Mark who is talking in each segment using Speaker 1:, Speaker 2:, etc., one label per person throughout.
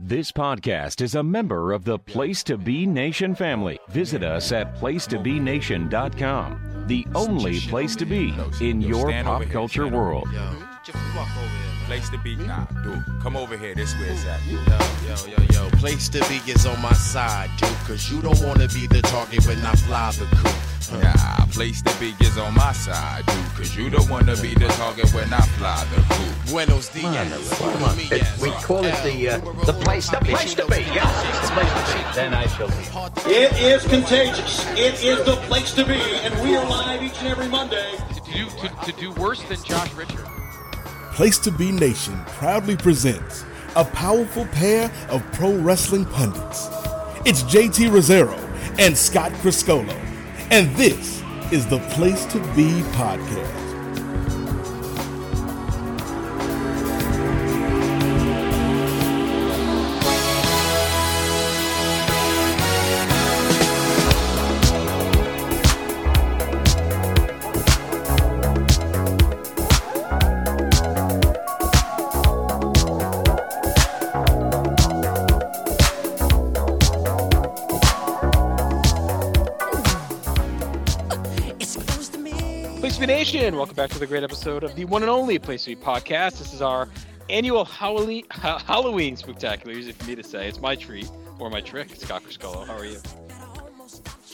Speaker 1: This podcast is a member of the Place to Be Nation family. Visit us at placetobenation.com, the only place to be in your pop culture world.
Speaker 2: Yo, Mm-hmm. just walk over there,
Speaker 3: Place to be, nah, dude. Come over here. This where it's at.
Speaker 2: man. Yo, yo, yo, yo. Place to be is on my side, dude. Cause you don't wanna be the target when I fly the coop. Huh.
Speaker 3: Nah, place to be is on my side, dude. Cause you don't wanna be the target when I fly the coop.
Speaker 2: Buenos dias. Buenos dias.
Speaker 4: We call it the uh, the place, the place to be. Yeah, the place to be. Then I shall be.
Speaker 5: It is contagious. It is the place to be, and we are live each and every Monday.
Speaker 6: to do to, to do worse than Josh Richard.
Speaker 7: Place to Be Nation proudly presents a powerful pair of pro wrestling pundits. It's JT Rosero and Scott Criscolo, and this is the Place to Be podcast.
Speaker 6: Place to be Nation, welcome back to the great episode of the one and only Place to be podcast. This is our annual Halloween Ha- Halloween spectacular. Easy for me to say. It's my treat or my trick. Scott Criscolo, how are you?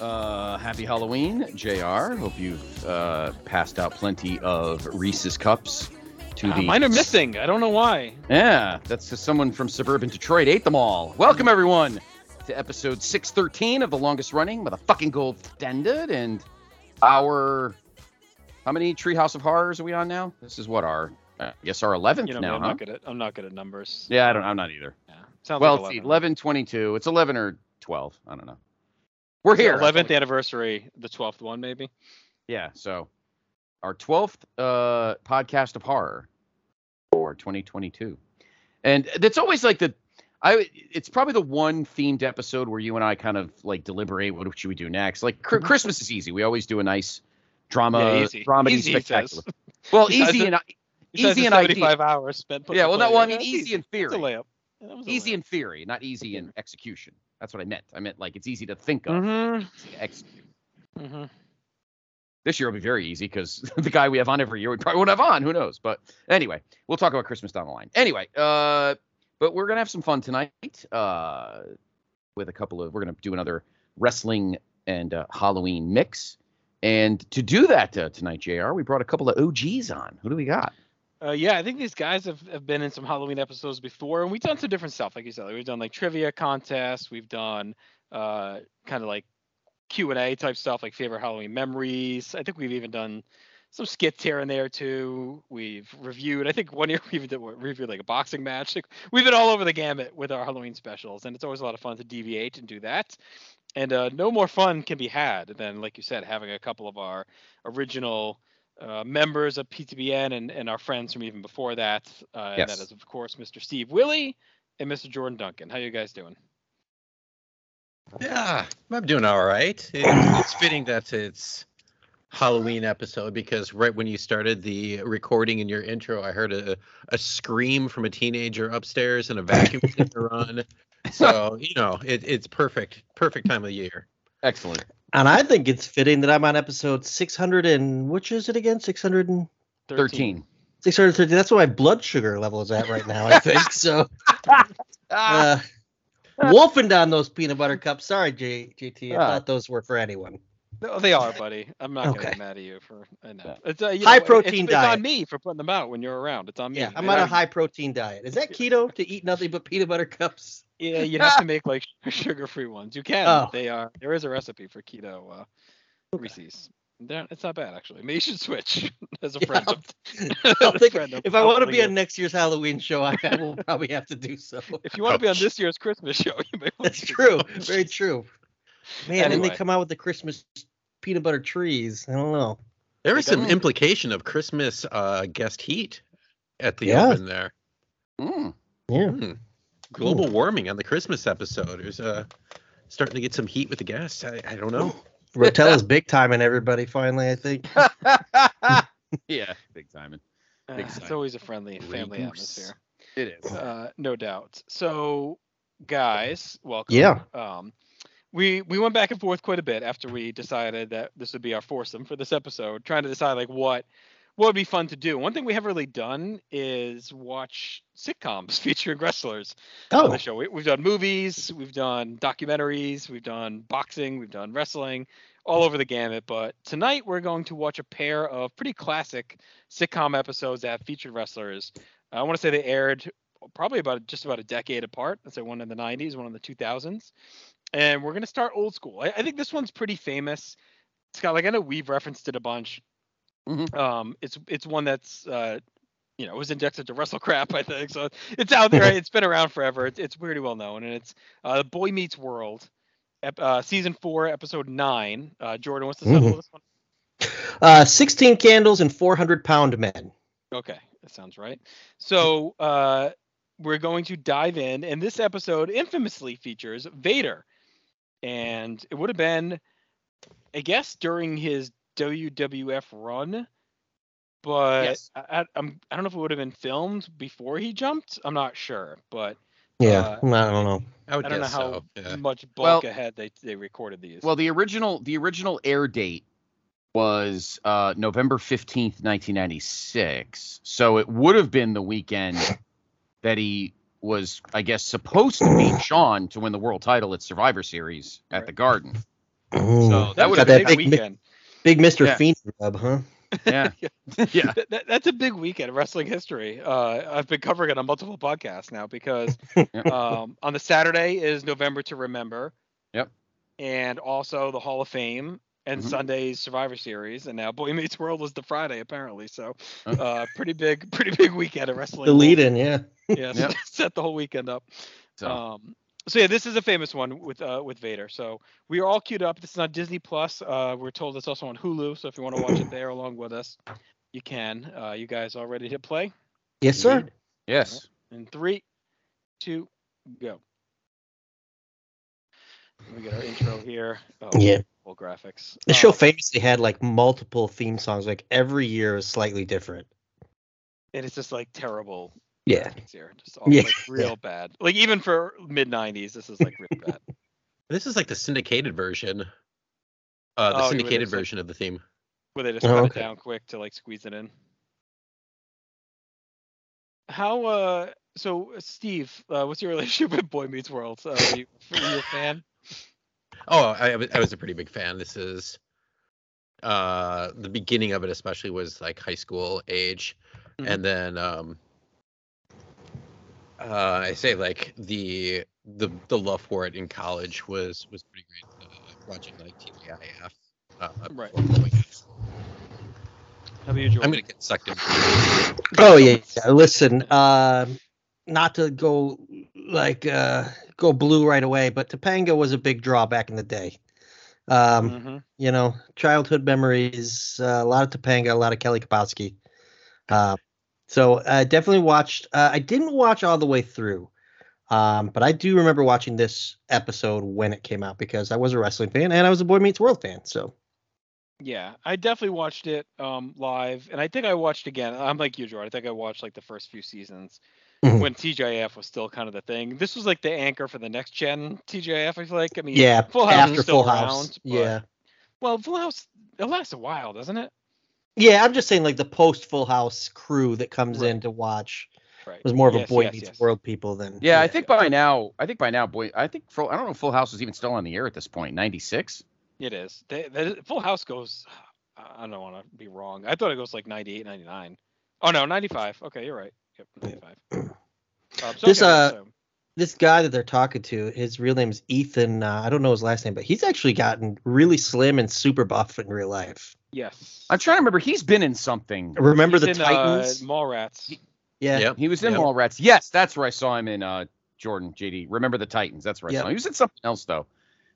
Speaker 8: Uh, happy Halloween, JR. Hope you've uh, passed out plenty of Reese's cups to
Speaker 6: Uh,
Speaker 8: the.
Speaker 6: mine are missing. I don't know why.
Speaker 8: Yeah, that's just someone from suburban Detroit ate them all. Welcome everyone to episode 613 of the longest running motherfucking gold standard and our. How many Treehouse of Horrors are we on now? This is what our. I guess our 11th
Speaker 6: You know, me,
Speaker 8: now,
Speaker 6: I'm
Speaker 8: huh?
Speaker 6: not good at I'm not good at numbers.
Speaker 8: Yeah, I don't. I'm not either.
Speaker 6: Yeah. Sounds
Speaker 8: well,
Speaker 6: like
Speaker 8: it's
Speaker 6: 11.
Speaker 8: 11, 22. It's 11 or 12. I don't know. We're
Speaker 6: It's the
Speaker 8: here.
Speaker 6: 11th anniversary, the 12th one maybe.
Speaker 8: Yeah, so our 12th uh, podcast of horror for 2022. And that's always like the I it's probably the one themed episode where you and I kind of like deliberate what should we do next. Like cr- Christmas is easy. We always do a nice drama
Speaker 6: Mm-hmm. Yeah, easy.
Speaker 8: dramedy
Speaker 6: Easy, he says.
Speaker 8: spectacular. Well,
Speaker 6: He says
Speaker 8: easy
Speaker 6: it-
Speaker 8: and
Speaker 6: Besides
Speaker 8: Easy
Speaker 6: the
Speaker 8: in idea.
Speaker 6: 75 hours spent. putting
Speaker 8: Yeah,
Speaker 6: the
Speaker 8: well, no,
Speaker 6: play
Speaker 8: well, I
Speaker 6: together.
Speaker 8: mean,
Speaker 6: That's
Speaker 8: easy in
Speaker 6: That's a
Speaker 8: theory.
Speaker 6: layup. Yeah, that was a
Speaker 8: easy
Speaker 6: layup.
Speaker 8: in theory, not easy in execution. That's what I meant. I meant like it's easy to think of.
Speaker 6: Mhm,
Speaker 8: easy to execute.
Speaker 6: mhm.
Speaker 8: This year will be very easy because the guy we have on every year we probably won't have on. Who knows? But anyway, we'll talk about Christmas down the line. Anyway, uh, but we're gonna have some fun tonight uh, with a couple of. We're gonna do another wrestling and uh, Halloween mix, and to do that uh, tonight, Jr. We brought a couple of OGs on. Who do we got?
Speaker 6: Uh, yeah, I think these guys have, have been in some Halloween episodes before, and we've done some different stuff. Like you said, like we've done like trivia contests, we've done uh, kind of like Q and A type stuff, like favorite Halloween memories. I think we've even done some skits here and there too. We've reviewed. I think one year we even did, we reviewed like a boxing match. Like, we've been all over the gamut with our Halloween specials, and it's always a lot of fun to deviate and do that. And uh, no more fun can be had than, like you said, having a couple of our original uh, members of PTBN and, and our friends from even before that. Uh, And
Speaker 8: Yes.
Speaker 6: that is, of course, Mr. Steve Willie and Mr. Jordan Duncan. How you guys doing?
Speaker 9: Yeah, I'm doing all right. It, it's fitting that it's Halloween episode because right when you started the recording in your intro, I heard a, a scream from a teenager upstairs and a vacuum cleaner run. So you know, it, it's perfect, perfect time of year.
Speaker 8: Excellent.
Speaker 10: And I think it's fitting that I'm on episode 600 and which is it again? 600 and
Speaker 8: Thirteen.
Speaker 10: 630. That's what my blood sugar level is at right now, I think. So,
Speaker 8: Ah,
Speaker 10: uh, wolfing down those peanut butter cups. Sorry, J- JT. I
Speaker 8: Ah.
Speaker 10: thought those were for anyone.
Speaker 6: No, they are, buddy. I'm not gonna
Speaker 10: Okay.
Speaker 6: get mad at you for. I know.
Speaker 8: Yeah.
Speaker 6: It's, uh, you
Speaker 10: High
Speaker 6: know, it-
Speaker 10: protein
Speaker 6: it's, It's
Speaker 10: diet.
Speaker 6: on me for putting them out when you're around. It's on me.
Speaker 10: Yeah, I'm
Speaker 6: And
Speaker 10: on a
Speaker 6: I'm-
Speaker 10: high protein diet. Is that keto to eat nothing but peanut butter cups?
Speaker 6: Yeah, you'd have to make like sugar-free ones. You can.
Speaker 10: Oh.
Speaker 6: They are. There is a recipe for keto uh, Reese's. They're- it's not bad actually. Maybe you should switch as a
Speaker 10: Yeah,
Speaker 6: friend.
Speaker 10: I'll-
Speaker 6: As
Speaker 10: I'll
Speaker 6: a
Speaker 10: think-
Speaker 6: friend, I'm-
Speaker 10: if I
Speaker 6: I'm
Speaker 10: want to
Speaker 6: putting
Speaker 10: be
Speaker 6: it-
Speaker 10: on next year's Halloween show, I, I will probably have to do so.
Speaker 6: If you want to be on this year's Christmas show, you may. want
Speaker 10: That's
Speaker 6: to-
Speaker 10: true. Very true. Man, and
Speaker 6: Anyway.
Speaker 10: they come out with the Christmas peanut butter trees. I don't know.
Speaker 9: There was
Speaker 6: Like, I
Speaker 9: some
Speaker 6: don't-
Speaker 9: implication of Christmas uh, guest heat at the
Speaker 10: Yeah.
Speaker 9: open there.
Speaker 8: mm.
Speaker 10: Yeah.
Speaker 9: Hmm. Global warming on the Christmas episode. There's uh, starting to get some heat with the guests. I, I don't know.
Speaker 10: Rotella's big time and everybody finally, I think.
Speaker 8: yeah, big timing.
Speaker 6: Uh,
Speaker 8: Big
Speaker 6: it's
Speaker 8: time.
Speaker 6: always a friendly family
Speaker 8: Reese's.
Speaker 6: atmosphere.
Speaker 8: It is.
Speaker 6: Uh, no doubt. So guys. Welcome.
Speaker 10: Yeah.
Speaker 6: Um, we we went back and forth quite a bit after we decided that this would be our foursome for this episode, trying to decide like what what would be fun to do. One thing we haven't really done is watch sitcoms featuring wrestlers on
Speaker 10: Oh,
Speaker 6: the show. We, we've done movies, we've done documentaries, we've done boxing, we've done wrestling, all over the gamut. But tonight we're going to watch a pair of pretty classic sitcom episodes that featured wrestlers. I want to say they aired probably about just about a decade apart. Let's say one in the 90s, one in the 2000s. And we're going to start old school. I, I think this one's pretty famous. Scott, like I know we've referenced it a bunch.
Speaker 8: Mhm.
Speaker 6: Um, it's it's one that's uh, you know, it was indexed to WrestleCrap, I think. So it's out there. It's been around forever. It's, it's pretty well known, and it's uh, Boy Meets World, ep- uh, season four, episode nine. Uh, Jordan, what's the title of this one?
Speaker 10: uh, 16 candles and 400 pound men.
Speaker 6: Okay, that sounds right. So uh, we're going to dive in, and this episode infamously features Vader, and it would have been, I guess, during his WWF run, but
Speaker 8: Yes.
Speaker 6: I, I, I'm I don't know if it would have been filmed before he jumped. I'm not sure, but
Speaker 10: Yeah, Hmm, I don't know.
Speaker 9: I would
Speaker 6: I don't know
Speaker 9: guess
Speaker 6: how
Speaker 9: so. Yeah.
Speaker 6: much bulk
Speaker 8: Well-
Speaker 6: ahead they, they recorded these.
Speaker 8: Well, the original the original air date was uh, November fifteenth, nineteen ninety six. So it would have been the weekend that he was, I guess, supposed to beat Sean to win the world title at Survivor Series at the Garden. So that
Speaker 6: that
Speaker 8: would
Speaker 10: Hmm. got
Speaker 6: was a
Speaker 8: have
Speaker 10: that
Speaker 6: big
Speaker 8: been
Speaker 10: big mi-
Speaker 6: weekend.
Speaker 10: Big Mr.
Speaker 8: Yeah.
Speaker 10: Fiend rub, huh?
Speaker 8: yeah, yeah.
Speaker 6: That, that- that's a big weekend of wrestling history. Uh, I've been covering it on multiple podcasts now because um, on the Saturday is November to Remember.
Speaker 8: Yep.
Speaker 6: And also the Hall of Fame and
Speaker 8: Mhm.
Speaker 6: Sunday's Survivor Series, and now Boy Meets World was the Friday apparently. So, uh, pretty big, pretty big weekend of wrestling.
Speaker 10: The lead in, yeah.
Speaker 6: yeah,
Speaker 8: Yep.
Speaker 6: set the whole weekend up.
Speaker 8: So
Speaker 6: Um, so yeah, this is a famous one with uh, with Vader. So we are all queued up. This is on Disney Plus. Uh, we're told it's also on Hulu. So if you want to watch it there along with us, you can. Uh, you guys all ready to play?
Speaker 10: Yes, sir.
Speaker 6: Indeed.
Speaker 8: yes,
Speaker 6: In three, two, go. We get our intro here. Oh,
Speaker 10: Yeah.
Speaker 6: Full graphics.
Speaker 10: The
Speaker 6: Um,
Speaker 10: show famously had like multiple theme songs. Like every year was slightly different.
Speaker 6: and it's just like terrible
Speaker 10: Yeah.
Speaker 6: graphics here. Just all
Speaker 10: Yeah.
Speaker 6: like real bad. Like even for mid '90s, this is like real bad.
Speaker 9: This is like the syndicated version. Uh,
Speaker 6: Oh,
Speaker 9: the
Speaker 6: you would
Speaker 9: syndicated
Speaker 6: have said-
Speaker 9: version of the theme.
Speaker 6: Where they just
Speaker 10: Oh,
Speaker 6: cut
Speaker 10: okay.
Speaker 6: it down quick to like squeeze it in. How uh so uh, Steve, uh, what's your relationship with Boy Meets World? Uh, are, you, were you a fan?
Speaker 9: Oh, I, I was- I was a pretty big fan. This is uh, the beginning of it, especially was like high school age,
Speaker 6: Mhm.
Speaker 9: and then um, uh, I say like the the the love for it in college was was pretty great. Uh, watching like TGIF. Uh,
Speaker 6: Right.
Speaker 9: before going out.
Speaker 6: How about you, Jordan?
Speaker 9: I'm gonna get sucked in.
Speaker 10: Oh yeah. yeah. Listen, uh, not to go like uh, go blue right away, but Topanga was a big draw back in the day. Um,
Speaker 6: Mhm.
Speaker 10: You know, childhood memories, uh, a lot of Topanga, a lot of Kelly Kapowski. Uh, so I definitely watched. Uh, I didn't watch all the way through, um, but I do remember watching this episode when it came out because I was a wrestling fan and I was a Boy Meets World fan. So
Speaker 6: Yeah, I definitely watched it um live and I think I watched again. I'm like you, Jordan. I think I watched like the first few seasons
Speaker 10: Mhm.
Speaker 6: when TJF was still kind of the thing. This was like the anchor for the next gen TJF, I feel like. I mean
Speaker 10: yeah,
Speaker 6: Full House is
Speaker 10: after
Speaker 6: still
Speaker 10: Full House,
Speaker 6: around, but-
Speaker 10: yeah.
Speaker 6: well Full House it lasts a while, doesn't it?
Speaker 10: Yeah, I'm just saying like the post Full House crew that comes
Speaker 6: Right.
Speaker 10: in to watch
Speaker 6: Right.
Speaker 10: was more of a
Speaker 6: Yes,
Speaker 10: boy
Speaker 6: yes,
Speaker 10: meets
Speaker 6: yes.
Speaker 10: world people than
Speaker 8: yeah. I think by now, I think by now, boy, I think Full, I don't know if Full House is even still on the air at this point. Ninety six.
Speaker 6: It is. They, they, Full House goes. I I don't want to be wrong. I thought it goes like 98, 99. Oh no, 95. Okay, you're right. Yep, 95. Um, so
Speaker 10: This,
Speaker 6: okay,
Speaker 10: uh,
Speaker 6: so-
Speaker 10: this guy that they're talking to, his real name's Ethan. Uh, I don't know his last name, but he's actually gotten really slim and super buff in real life.
Speaker 6: yes.
Speaker 8: I'm trying to remember. He's been in something.
Speaker 10: Remember
Speaker 6: He's
Speaker 10: the
Speaker 6: in,
Speaker 10: Titans?
Speaker 6: Uh, Mallrats.
Speaker 10: yeah,
Speaker 9: Yep.
Speaker 8: He was in
Speaker 9: Yep.
Speaker 8: Mallrats. Yes, that's where I saw him in uh, Jordan JD. Remember the Titans? That's where I
Speaker 10: Yep.
Speaker 8: saw him. He was in something else though.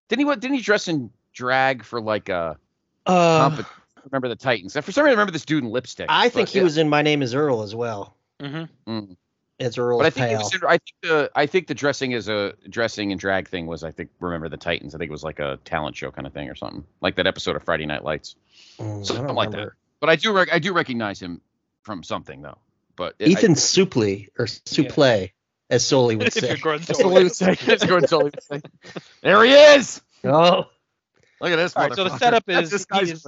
Speaker 8: Didn't he? What? Didn't he dress in drag for like a?
Speaker 10: Uh,
Speaker 8: compet- remember the Titans? For some reason, I remember this dude in lipstick.
Speaker 10: I
Speaker 8: but-
Speaker 10: think he was in My Name Is Earl as well
Speaker 6: Mm-hmm.
Speaker 8: Mm.
Speaker 10: as Earl's
Speaker 8: But I think he
Speaker 10: pal.
Speaker 8: was in, I think the I think the dressing is a dressing and drag thing was I think remember the Titans. I think it was like a talent show kind of thing or something like that episode of Friday Night Lights.
Speaker 10: Mm, I
Speaker 8: something
Speaker 10: don't
Speaker 8: like that.
Speaker 10: remember.
Speaker 8: But I do rec- I do recognize him from something though. But it- I-
Speaker 10: Ethan Supley or Supley. as Soli would
Speaker 6: If you're
Speaker 10: say.
Speaker 6: Gordon
Speaker 8: That's
Speaker 6: Solis.
Speaker 8: what he would say. That's what Sully would say. There he is.
Speaker 10: Oh,
Speaker 8: Look at this.
Speaker 6: All right, so the
Speaker 8: motherfucker.
Speaker 6: setup
Speaker 8: That's
Speaker 6: is
Speaker 8: this
Speaker 6: he
Speaker 8: guy's-
Speaker 6: is-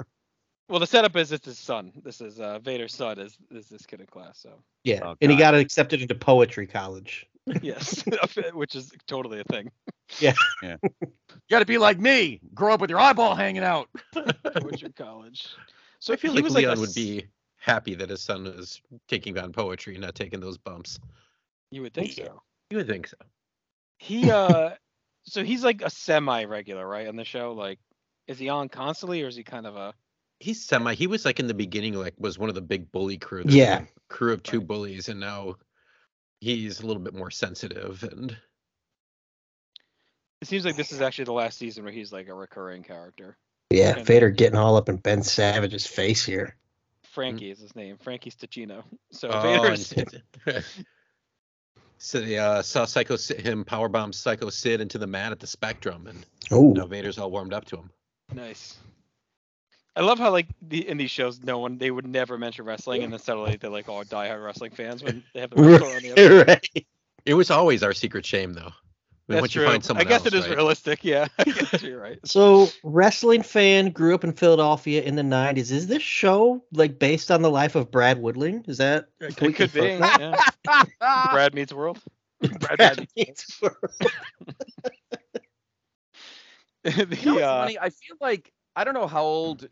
Speaker 6: Well, the setup is it's his son. This is uh, Vader's son. Is is this kid in class? So
Speaker 10: yeah.
Speaker 8: Oh,
Speaker 10: and he
Speaker 8: God.
Speaker 10: got accepted into poetry college.
Speaker 6: yes, which is totally a thing.
Speaker 8: You got to be like me. Grow up with your eyeball hanging out.
Speaker 6: Poetry college. So
Speaker 9: I feel
Speaker 6: he
Speaker 9: like
Speaker 6: was
Speaker 9: Leon
Speaker 6: a
Speaker 9: would
Speaker 6: s-
Speaker 9: be happy that his son is taking on poetry, not taking those bumps.
Speaker 6: You would think so.
Speaker 9: You would think so.
Speaker 6: He uh, so he's like a semi regular, right, on the show. Like, is he on constantly, or is he kind of a?
Speaker 9: He's semi. He was like in the beginning, like was one of the big bully crew. There's
Speaker 10: Yeah.
Speaker 9: a crew of two bullies, and now he's a little bit more sensitive. And
Speaker 6: It seems like this is actually the last season where he's like a recurring character.
Speaker 10: Yeah,
Speaker 6: Okay.
Speaker 10: Vader getting all up in Ben Savage's face here.
Speaker 6: Frankie is his name. Frankie Stacchino. So
Speaker 9: Oh,
Speaker 6: Vader's
Speaker 9: and- so they uh, saw Psycho Sid, him powerbomb Psycho Sid into the mat at the Spectrum, and
Speaker 10: Oh,
Speaker 9: now Vader's all warmed up to him.
Speaker 6: Nice. I love how like the in these shows, no one they would never mention wrestling, and then suddenly they're like all diehard wrestling fans when they have the wrestler on the episode.
Speaker 10: right.
Speaker 9: It was always our secret shame, though. I mean,
Speaker 6: That's
Speaker 9: once
Speaker 6: true.
Speaker 9: you find someone
Speaker 6: I guess
Speaker 9: else,
Speaker 6: it is
Speaker 9: right?
Speaker 6: realistic. Yeah, I guess you're right.
Speaker 10: So, wrestling fan grew up in Philadelphia in the '90s. Is this show like based on the life of Brad Woodling? Is that
Speaker 6: It
Speaker 10: can we
Speaker 6: could be.
Speaker 10: confirm
Speaker 6: Yeah. Brad meets world.
Speaker 10: that?
Speaker 6: Brad Woodling.
Speaker 10: Meets World.
Speaker 8: You know
Speaker 6: the,
Speaker 8: what's
Speaker 6: uh,
Speaker 8: funny? I feel like I don't know how old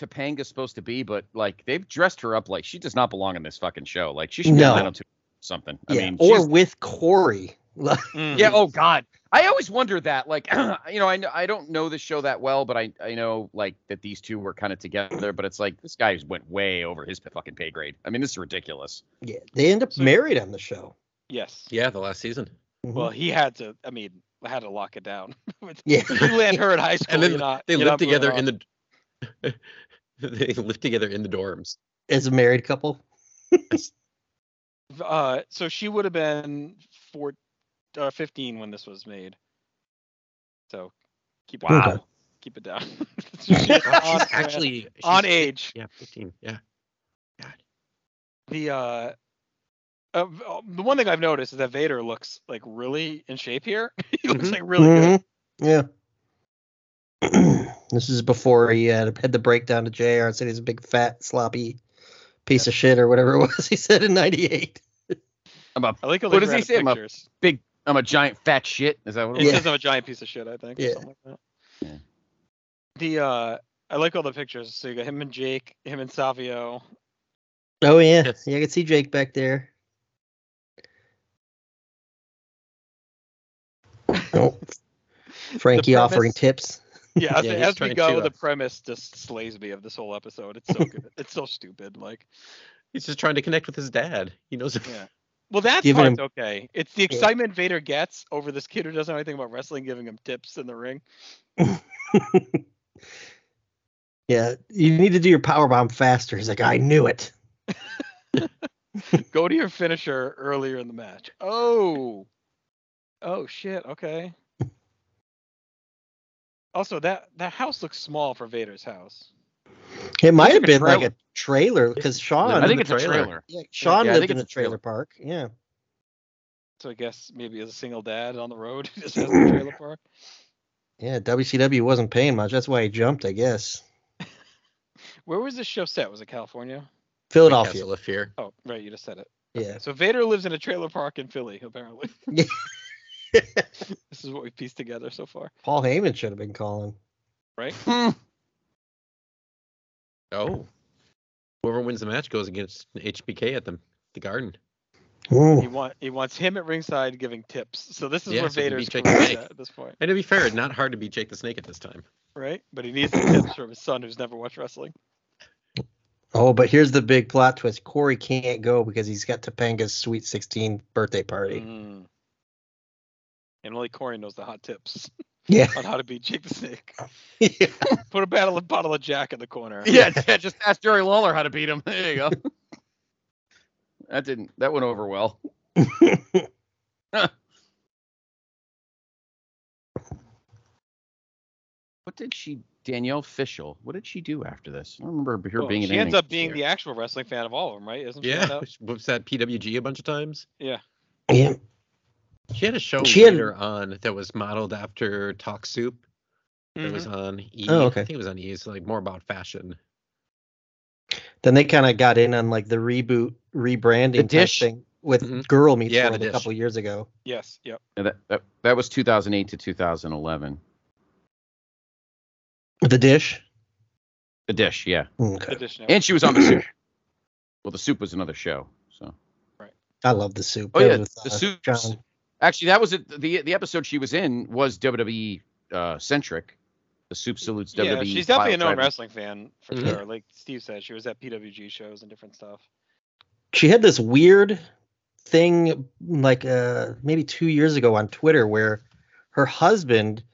Speaker 8: Topanga's supposed to be, but like they've dressed her up like she does not belong in this fucking show. Like she should
Speaker 10: No.
Speaker 8: be on up to something. I
Speaker 10: yeah,
Speaker 8: mean,
Speaker 10: or
Speaker 8: she's-
Speaker 10: with Corey.
Speaker 6: mm.
Speaker 8: yeah. Oh God, I always wonder that. Like, you know, I kn- I don't know this show that well, but I I know like that these two were kind of together. But it's like this guy went way over his fucking pay grade. I mean, this is ridiculous.
Speaker 10: yeah, they end up
Speaker 6: So-
Speaker 10: married on the show.
Speaker 6: Yes.
Speaker 9: Yeah, the last season.
Speaker 10: Mhm.
Speaker 6: Well, he had to. I mean, had to lock it down.
Speaker 10: yeah,
Speaker 6: you land her in high school,
Speaker 9: then
Speaker 6: you're not-
Speaker 9: They
Speaker 6: you're
Speaker 9: lived
Speaker 6: not moving
Speaker 9: together
Speaker 6: on.
Speaker 9: in the. they lived together in the dorms.
Speaker 10: as a married couple.
Speaker 6: uh so she would have been four uh, 15 when this was made so keep it
Speaker 10: Wow.
Speaker 6: down. keep it down So she's on,
Speaker 9: She's actually she's
Speaker 6: on
Speaker 9: fif-
Speaker 6: age
Speaker 9: Yeah, fifteen. Yeah.
Speaker 6: the uh uh, v- uh, the one thing I've noticed is that Vader looks like really in shape here. he looks
Speaker 9: Mhm.
Speaker 6: like really good.
Speaker 10: Mhm. Yeah. this is before he had, had the breakdown to JR and said he's a big fat sloppy piece of shit or whatever it was he said in '98.
Speaker 8: I'm a
Speaker 6: I like how
Speaker 8: What
Speaker 6: they
Speaker 8: does
Speaker 6: ran
Speaker 8: he
Speaker 6: the
Speaker 8: say? I'm a-
Speaker 6: Pictures.
Speaker 8: I'm a giant fat shit. Is that what?
Speaker 6: It
Speaker 8: It
Speaker 10: Yeah.
Speaker 6: says I'm a giant piece of shit. I think. or
Speaker 10: Yeah.
Speaker 6: something like that.
Speaker 8: Yeah.
Speaker 6: The uh, I like all the pictures. So you got him and Jake, him and Savio.
Speaker 10: Oh yeah,
Speaker 9: Yes.
Speaker 10: yeah, I could see Jake back there. Oh, Frankie
Speaker 6: premise-
Speaker 10: offering tips.
Speaker 6: Yeah, as,
Speaker 9: Yeah, he's
Speaker 6: as we
Speaker 9: trying
Speaker 6: go,
Speaker 9: to, uh,
Speaker 6: the premise just slays me of this whole episode. It's so good. it's so stupid. Like,
Speaker 9: He's just trying to connect with his dad. He knows.
Speaker 6: Yeah. well, that
Speaker 10: Giving
Speaker 6: part's
Speaker 10: him-
Speaker 6: okay. It's the excitement Vader gets over this kid who doesn't know anything about wrestling, giving him tips in the ring.
Speaker 10: Yeah, you need to do your power bomb faster. He's like, I knew it.
Speaker 6: go to your finisher earlier in the match. Oh, oh shit. Okay. Also, that that house looks small for Vader's house.
Speaker 10: It might
Speaker 8: like
Speaker 10: have
Speaker 8: a
Speaker 10: been like
Speaker 8: trailer.
Speaker 10: a trailer because Sean,
Speaker 8: I think
Speaker 9: the
Speaker 8: it's a
Speaker 9: trailer.
Speaker 8: trailer.
Speaker 10: yeah, Sean
Speaker 8: yeah, I
Speaker 10: lived
Speaker 8: think
Speaker 10: in a
Speaker 8: it's a
Speaker 10: trailer
Speaker 8: trailer.
Speaker 10: park. Yeah.
Speaker 6: So I guess maybe as a single dad on the road, he just has the trailer park.
Speaker 10: Yeah, WCW wasn't paying much. That's why he jumped, I guess.
Speaker 6: Where was this show set? Was it California?
Speaker 10: Philadelphia.
Speaker 9: Castle of Fear.
Speaker 6: Oh, right. You just said it.
Speaker 10: Yeah.
Speaker 6: So Vader lives in a trailer park in Philly, apparently.
Speaker 10: Yeah.
Speaker 6: this is what we pieced together so far.
Speaker 10: Paul Heyman should have been calling.
Speaker 9: Oh. Whoever wins the match goes against HBK at the the Garden.
Speaker 6: He want he wants him at ringside giving tips. So this is
Speaker 9: Yeah,
Speaker 6: where
Speaker 9: so he
Speaker 6: Vader's
Speaker 9: beat Jake
Speaker 6: career
Speaker 9: the
Speaker 6: is
Speaker 9: Snake.
Speaker 6: at this point,
Speaker 9: And to be fair, not hard to beat Jake the Snake at this time.
Speaker 6: right? But he needs the tips from his son who's never watched wrestling.
Speaker 10: Oh, but here's the big plot twist. Corey can't go because he's got Topanga's sweet 16 birthday party.
Speaker 6: Mm. And only Corey knows the hot tips
Speaker 10: Yeah.
Speaker 6: on how to beat Jake the Snake.
Speaker 10: yeah.
Speaker 6: Put a battle of bottle of Jack in the corner.
Speaker 8: yeah, yeah, just ask Jerry Lawler how to beat him. There you go. that didn't. That went over well. What did she, Danielle Fishel? What did she do after this? I don't remember her
Speaker 6: Well,
Speaker 8: being. in
Speaker 6: she ends
Speaker 8: anything
Speaker 6: up being
Speaker 8: here.
Speaker 6: the actual wrestling fan of all of them, right? Isn't she?
Speaker 9: Yeah.
Speaker 6: that?
Speaker 9: Whoops that PWG a bunch of times.
Speaker 10: Yeah.
Speaker 9: She had a show
Speaker 10: She had-
Speaker 9: later on that was modeled after Talk Soup.
Speaker 8: Mm-hmm.
Speaker 9: It was on E. I
Speaker 10: Oh, okay.
Speaker 9: think it was on E. It's like more about fashion.
Speaker 10: Then they kind of got in on like the reboot rebranding
Speaker 8: The
Speaker 10: type
Speaker 8: dish?
Speaker 10: thing with
Speaker 9: Mhm.
Speaker 10: Girl Meets
Speaker 9: Yeah, the
Speaker 10: World a
Speaker 9: dish.
Speaker 10: couple years ago.
Speaker 6: Yes. Yep.
Speaker 8: Yeah, that, that that was 2008 to 2011.
Speaker 10: The Dish.
Speaker 8: The dish, yeah.
Speaker 10: Okay.
Speaker 6: Additional.
Speaker 8: Uh, And she was on the soup. Well, the soup was another show. So
Speaker 10: I love the soup.
Speaker 8: Oh,
Speaker 10: That
Speaker 8: yeah,
Speaker 10: was,
Speaker 8: the
Speaker 10: uh,
Speaker 8: Soups.
Speaker 10: John.
Speaker 8: actually, that was it. the the episode she was in was WWE uh, centric. The soup salutes
Speaker 6: yeah,
Speaker 8: WWE.
Speaker 6: she's definitely a
Speaker 8: pile
Speaker 6: known
Speaker 8: driver.
Speaker 6: wrestling fan for
Speaker 8: Mm-hmm.
Speaker 9: Mhm.
Speaker 6: sure. Like Steve said, she was at PWG shows and different stuff.
Speaker 10: She had this weird thing like uh, maybe two years ago on Twitter where her husband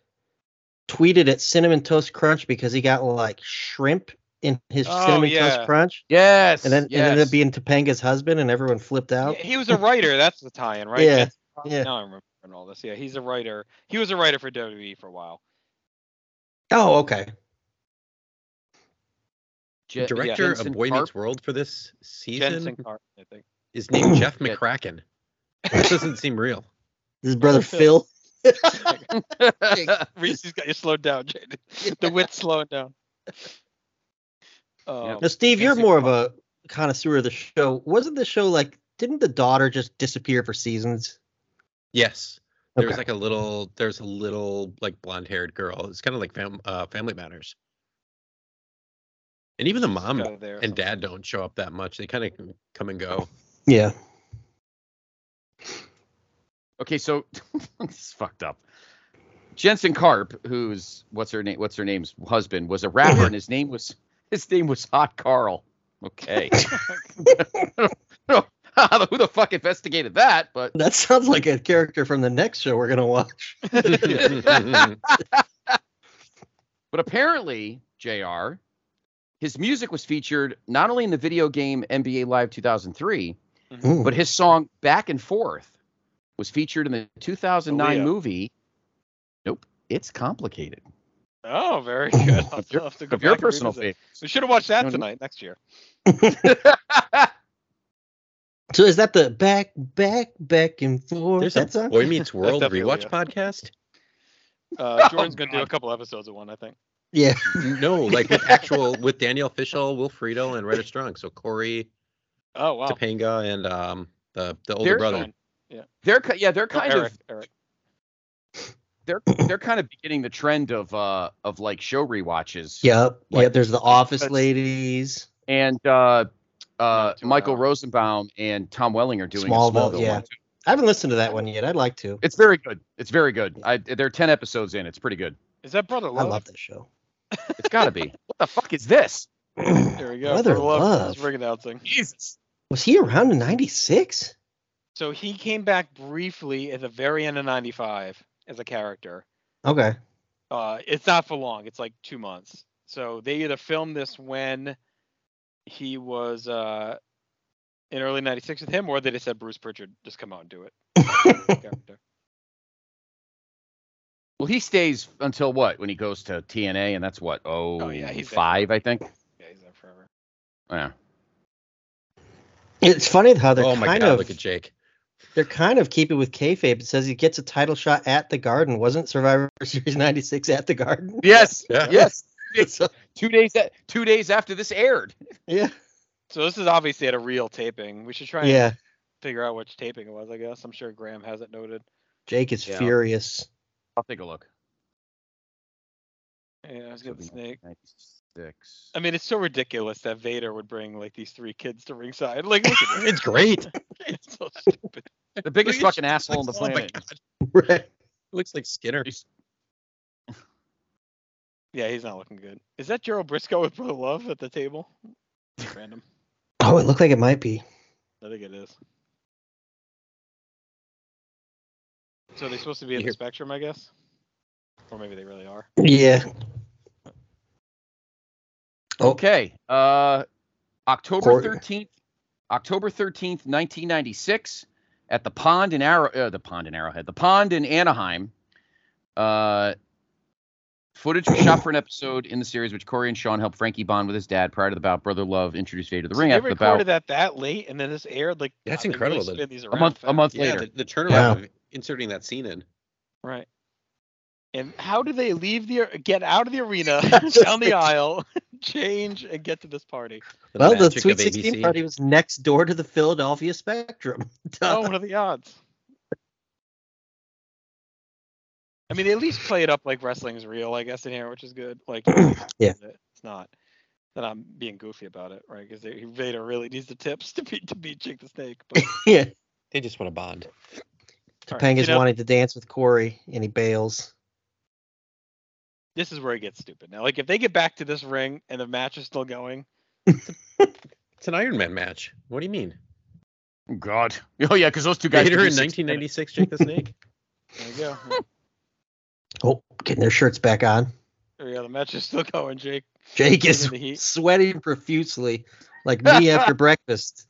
Speaker 10: tweeted at Cinnamon Toast Crunch because he got like shrimp in his
Speaker 6: Oh,
Speaker 10: Cinnamon Toast
Speaker 6: yeah.
Speaker 10: Crunch.
Speaker 8: Yes,
Speaker 10: And then it ended
Speaker 8: yes.
Speaker 10: up being Topanga's husband and everyone flipped out.
Speaker 6: Yeah, he was a writer. That's the tie-in, right?
Speaker 10: Yeah,
Speaker 6: That's-
Speaker 10: yeah.
Speaker 6: Now I'm remembering all this. Yeah, he's a writer. He was a writer for WWE for a while.
Speaker 10: Oh, okay.
Speaker 8: Je-
Speaker 9: Director
Speaker 8: Jensen
Speaker 9: of Boy
Speaker 8: Karp.
Speaker 9: Meets World for this
Speaker 6: Jensen
Speaker 9: season
Speaker 6: Carter, I think.
Speaker 9: is named Jeff
Speaker 8: Yeah.
Speaker 9: McCracken. This doesn't seem real.
Speaker 10: His brother Phil.
Speaker 6: Phil. Reese's got you slowed down, Jaden. The wit's slowing down. Um,
Speaker 10: Now, Steve, you're
Speaker 6: Fancy
Speaker 10: more of a connoisseur of the show. Wasn't the show like? Didn't the daughter just disappear for seasons?
Speaker 9: Yes. There was like a little, there's a little like blonde haired girl. It's kind of like fam, uh, Family Matters. And even the mom
Speaker 6: go there.
Speaker 9: and dad don't show up that much. They kind of come and go.
Speaker 10: yeah.
Speaker 8: Okay, so this is fucked up. Jensen Karp, who's what's her name? What's her name's husband was a rapper, and his name was his name was Hot Carl. Okay. I don't know Who the fuck investigated that? But
Speaker 10: That sounds like a character from the next show we're gonna watch.
Speaker 9: That's
Speaker 8: but apparently, Jr. His music was featured not only in the video game NBA Live 2003,
Speaker 6: Mm-hmm.
Speaker 10: Ooh.
Speaker 8: but his song "Back and Forth" was featured in the 2009
Speaker 6: Aaliyah.
Speaker 8: movie. Nope, it's complicated.
Speaker 6: Oh, very good. I'll have
Speaker 8: Of
Speaker 6: to-
Speaker 8: your-
Speaker 6: I'll have to go
Speaker 8: Of your
Speaker 6: back and
Speaker 8: personal
Speaker 6: revisit.
Speaker 8: favorite.
Speaker 6: We should have watched that
Speaker 8: No, no.
Speaker 6: tonight, next year.
Speaker 10: so is that the back, back, back and forth?
Speaker 9: There's
Speaker 10: that
Speaker 9: a
Speaker 10: song?
Speaker 9: Boy Meets World
Speaker 6: definitely
Speaker 9: rewatch
Speaker 6: Leah.
Speaker 9: podcast?
Speaker 6: Uh,
Speaker 8: Oh,
Speaker 6: Jordan's going to do a
Speaker 8: God.
Speaker 6: couple episodes of one, I think.
Speaker 10: yeah.
Speaker 9: No, like with actual, with Daniel Fishel, Will Friedle, and Ryder Strong. So Corey
Speaker 6: Oh, wow.
Speaker 9: Topanga and um, the, the older
Speaker 8: There's
Speaker 9: brother.
Speaker 6: Fine.
Speaker 8: they're ki- yeah, they're
Speaker 6: No,
Speaker 8: kind
Speaker 6: Eric,
Speaker 8: of
Speaker 6: Eric.
Speaker 8: they're they're kind of beginning the trend of uh of like show rewatches.
Speaker 10: Yep.
Speaker 8: Like-
Speaker 10: yep. There's the Office
Speaker 6: That's-
Speaker 10: Ladies.
Speaker 8: And uh uh
Speaker 6: Knocked her
Speaker 8: Michael
Speaker 6: out.
Speaker 8: Rosenbaum and Tom Welling are doing a
Speaker 10: Smallville,
Speaker 8: Smallville
Speaker 10: yeah.
Speaker 8: one. too.
Speaker 10: I haven't listened to that one yet. I'd like to.
Speaker 8: It's very good. It's very good. I they're 10 episodes in. It's pretty good.
Speaker 6: Is that Brother
Speaker 10: I
Speaker 6: Love?
Speaker 10: love that show.
Speaker 8: It's got to be. what the fuck is this?
Speaker 6: There we go.
Speaker 10: Brother
Speaker 6: Brother Love.
Speaker 10: Love.
Speaker 6: is ring announcing.
Speaker 8: Jesus.
Speaker 10: Was he around in '96?
Speaker 6: So he came back briefly at the very end of 95 as a character.
Speaker 10: Okay.
Speaker 6: Uh, it's not for long. It's like two months. So they either filmed this when he was uh, in early '96 with him, or they just said Bruce Pritchard just come out and do it. Character.
Speaker 8: Well, he stays until what? When he goes to TNA and that's what? Oh,
Speaker 6: yeah, he's there.
Speaker 8: five, I think.
Speaker 6: Yeah, he's there forever.
Speaker 8: Yeah.
Speaker 10: It's funny how they're
Speaker 9: Oh my
Speaker 10: kind
Speaker 9: God,
Speaker 10: of
Speaker 9: look at Jake.
Speaker 10: They're kind of keeping with kayfabe. It says he gets a title shot at the Garden. Wasn't Survivor Series '96 at the Garden?
Speaker 8: Yes.
Speaker 9: Yeah.
Speaker 8: Yes.
Speaker 10: So-
Speaker 8: 2 days a- 2 days after this aired.
Speaker 10: yeah,
Speaker 6: So this is obviously at a real taping. We should try and
Speaker 10: yeah.
Speaker 6: figure out which taping it was. I guess I'm sure Graham has it noted.
Speaker 10: Jake is
Speaker 8: Yeah.
Speaker 10: furious.
Speaker 8: I'll take a look.
Speaker 6: Yeah, I was gonna snake.
Speaker 8: 96.
Speaker 6: I mean, it's so ridiculous that Vader would bring like these three kids to ringside. Like, look at this.
Speaker 9: It's great.
Speaker 6: it's so stupid.
Speaker 8: The biggest
Speaker 9: Look at
Speaker 8: fucking asshole on the
Speaker 9: Oh my
Speaker 8: planet.
Speaker 9: God.
Speaker 10: Right.
Speaker 9: Looks like Skinner.
Speaker 6: Yeah, he's not looking good. Is that Gerald Briscoe with Brother Love at the table? Random.
Speaker 10: Oh, it looked like it might be.
Speaker 6: I think it is. So they're supposed to be at
Speaker 9: Here.
Speaker 6: the spectrum, I guess? Or maybe they really are.
Speaker 10: Yeah. Oh.
Speaker 8: Okay. Uh, October
Speaker 10: Court-
Speaker 8: thirteenth, October thirteenth, nineteen ninety six, at the pond in Arrow, uh, the pond in Arrowhead, the pond in Anaheim. Uh, footage was shot for an episode in the series, which Corey and Sean helped Frankie bond with his dad prior to the bout. Brother Love introduced Vader to the
Speaker 6: So
Speaker 8: ring
Speaker 6: they
Speaker 8: after the bout
Speaker 6: recorded that that late, and then this aired like
Speaker 9: That's
Speaker 6: wow, they really
Speaker 9: incredible that-
Speaker 6: spin these
Speaker 8: a
Speaker 6: around
Speaker 8: month a
Speaker 6: fast.
Speaker 8: month
Speaker 9: Yeah,
Speaker 8: later.
Speaker 9: the, the turnaround
Speaker 10: Yeah.
Speaker 9: of inserting that scene in.
Speaker 6: Right. And how do they leave the get out of the arena, down the aisle, change, and get to this party?
Speaker 10: well, the
Speaker 9: magic of
Speaker 10: Sweet 16
Speaker 9: ABC.
Speaker 10: party was next door to the Philadelphia Spectrum.
Speaker 6: Oh, what are the odds? I mean, they at least play it up like wrestling's real, I guess, in here, which is good. Like,
Speaker 10: Yeah.
Speaker 6: it's not that I'm being goofy about it, right? Because Vader really needs the tips to beat to beat Jake the Snake.
Speaker 9: Oh.
Speaker 6: But
Speaker 10: yeah.
Speaker 9: They just want to bond.
Speaker 6: all right,
Speaker 10: Panga's
Speaker 6: you know,
Speaker 10: wanting to dance with Corey, and he bails.
Speaker 6: this is where it gets stupid. Now, like, if they get back to this ring and the match is still going,
Speaker 9: It's an Iron Man match. What do you mean?
Speaker 8: Oh, God. Oh yeah, because those two guys.
Speaker 9: Vader in
Speaker 8: produced 16 minutes.
Speaker 9: 1996, Jake the Snake.
Speaker 6: there you go.
Speaker 10: Oh, getting their shirts back on.
Speaker 6: There you go. The match is still going, Jake.
Speaker 10: Jake is
Speaker 6: Taking the heat.
Speaker 10: sweating profusely, like me after breakfast.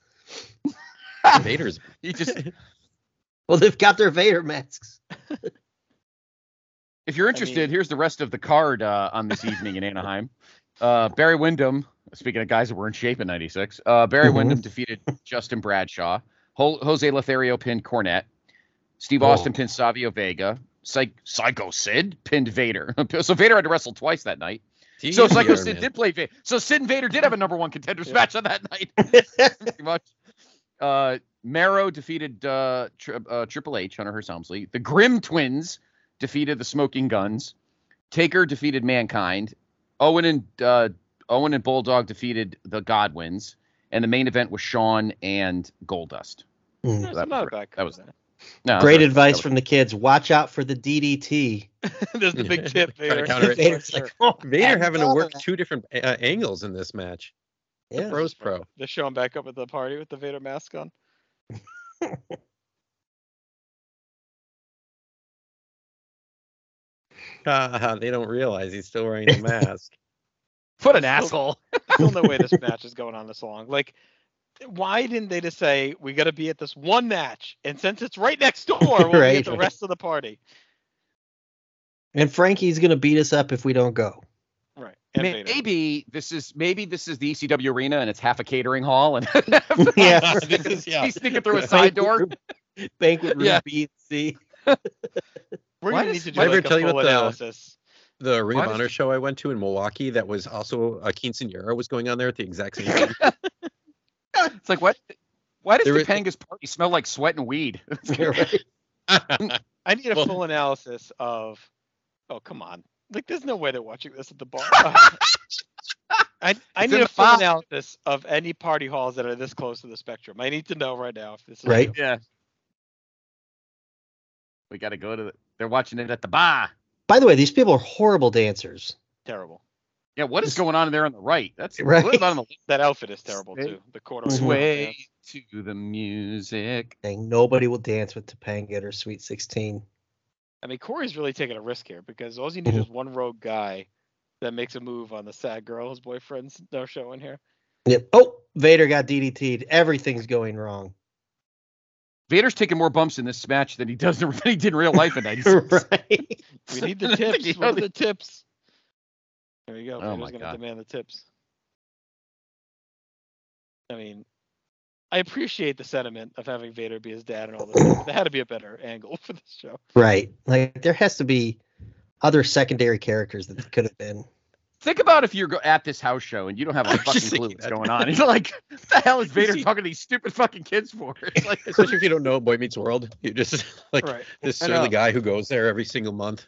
Speaker 9: Vader's.
Speaker 8: He just.
Speaker 10: Well, they've got their Vader masks.
Speaker 8: If you're interested,
Speaker 6: mean-
Speaker 8: here's the rest of the card uh, on this evening in Anaheim. Uh, Barry Windham, speaking of guys that were in shape in '96, uh, Barry
Speaker 10: Mhm.
Speaker 8: Windham defeated Justin Bradshaw. Ho- Jose Lothario pinned Cornette. Steve
Speaker 10: Oh.
Speaker 8: Austin pinned Savio Vega. Psych- Psycho Sid pinned Vader. so Vader had to wrestle twice that night. So
Speaker 9: Jeez,
Speaker 8: Psycho
Speaker 9: Iron
Speaker 8: Sid
Speaker 9: Man.
Speaker 8: did play Vader. So Sid and Vader did have a number one contenders
Speaker 6: Yeah.
Speaker 8: match on that night. Pretty much. Uh, Marrow defeated uh, tri- uh, Triple H, Hunter Hearst Helmsley. The Grim Twins defeated the Smoking Guns. Taker defeated Mankind. Owen and uh, Owen and Bulldog defeated the Godwins. And the main event was Shawn and Goldust.
Speaker 6: That's
Speaker 8: Mm, that
Speaker 6: not
Speaker 8: was
Speaker 6: a bad
Speaker 8: that was-
Speaker 6: comeback.
Speaker 8: No,
Speaker 10: Great
Speaker 8: that-
Speaker 10: advice
Speaker 8: Uh, that was-
Speaker 10: from the kids. Watch out for the DDT.
Speaker 6: There's the big tip,
Speaker 9: Try to
Speaker 6: Vader.
Speaker 9: counter it.
Speaker 10: Vader's like, oh,
Speaker 9: Vader
Speaker 10: Adam
Speaker 9: having to
Speaker 10: Cole
Speaker 9: work
Speaker 10: back.
Speaker 9: two different uh, angles in this match.
Speaker 10: yeah.
Speaker 9: Rose Pro.
Speaker 6: They're showing back up at the party with the Vader mask on.
Speaker 9: Ah, they don't realize he's still wearing the mask.
Speaker 8: What an asshole.
Speaker 6: Still no way this match is going on this long. Like, why didn't they just say we got to be at this one match? And since it's right next door, we'll be
Speaker 10: Right.
Speaker 6: at the rest of the party.
Speaker 10: And Frankie's gonna beat us up if we don't go.
Speaker 6: Right. And Vader.
Speaker 8: Maybe this is maybe this is the ECW arena and it's half a catering hall and
Speaker 10: Yeah.
Speaker 9: This is- yeah.
Speaker 8: he's sneaking through a side door.
Speaker 10: Banquet room
Speaker 8: Yeah.
Speaker 10: B and C.
Speaker 6: We're
Speaker 8: Why
Speaker 6: gonna need
Speaker 8: does-
Speaker 6: to do
Speaker 9: why-
Speaker 6: like
Speaker 9: Did I ever
Speaker 6: a
Speaker 9: tell you
Speaker 6: full
Speaker 9: about the-
Speaker 6: analysis.
Speaker 9: The Ring
Speaker 8: Why
Speaker 9: of
Speaker 8: does-
Speaker 9: Honor show I went to in Milwaukee that was also a quinceanera was going on there at the exact same time.
Speaker 8: It's like what? Why does
Speaker 9: There
Speaker 8: the
Speaker 9: is-
Speaker 8: Panga's party smell like sweat and weed?
Speaker 6: I need a
Speaker 9: Well-
Speaker 6: full analysis of. Oh come on! Like, there's no way they're watching this at the bar. I, I
Speaker 8: It's
Speaker 6: need
Speaker 8: in
Speaker 6: a
Speaker 8: the
Speaker 6: full
Speaker 8: file.
Speaker 6: analysis of any party halls that are this close to the spectrum. I need to know right now if this is
Speaker 10: Right.
Speaker 6: real.
Speaker 8: yeah. We got to go to the. They're watching it at the bar.
Speaker 10: By the way, these people are horrible dancers.
Speaker 6: terrible.
Speaker 8: Yeah, what is going on there on the right? That's
Speaker 10: Right.
Speaker 8: what is on the left?
Speaker 6: That outfit is terrible
Speaker 8: Sway-
Speaker 6: too. The corduroy.
Speaker 8: Mm-hmm.
Speaker 9: Mm-hmm.
Speaker 10: Mhm.
Speaker 8: Sway to the music.
Speaker 10: Saying nobody will dance with Topanga or Sweet 16.
Speaker 6: I mean, Corey's really taking a risk here because all you need
Speaker 8: Mm-hmm.
Speaker 10: Mhm.
Speaker 6: is one rogue guy that makes a move on the sad girl whose boyfriend's no show in here.
Speaker 10: Yep. Oh, Vader got DDT'd. Everything's going wrong.
Speaker 8: Vader's taking more bumps in this match than he does than he did in real life in '96.
Speaker 10: right.
Speaker 6: We need the
Speaker 8: I think
Speaker 6: tips.
Speaker 8: he
Speaker 6: What are
Speaker 8: knows
Speaker 6: the tips? There you go.
Speaker 8: Oh
Speaker 6: Vader's
Speaker 8: my
Speaker 6: gonna
Speaker 8: God.
Speaker 6: demand the tips. I mean, I appreciate the sentiment of having Vader be his dad and all this. stuff. There had to be a better angle for this show.
Speaker 10: Right. Like there has to be other secondary characters that could have been.
Speaker 8: Think about if you're go- at this house show and you don't have
Speaker 9: I
Speaker 8: a
Speaker 9: was just
Speaker 8: fucking clue
Speaker 9: thinking
Speaker 8: what's
Speaker 9: that.
Speaker 8: going on. You're like, what the hell is Vader
Speaker 9: See-
Speaker 8: talking to these stupid fucking kids for? It's like,
Speaker 9: Especially if you don't know Boy Meets World. You just like
Speaker 6: right.
Speaker 9: this
Speaker 8: I
Speaker 9: surly
Speaker 8: know.
Speaker 9: guy who goes there every single month.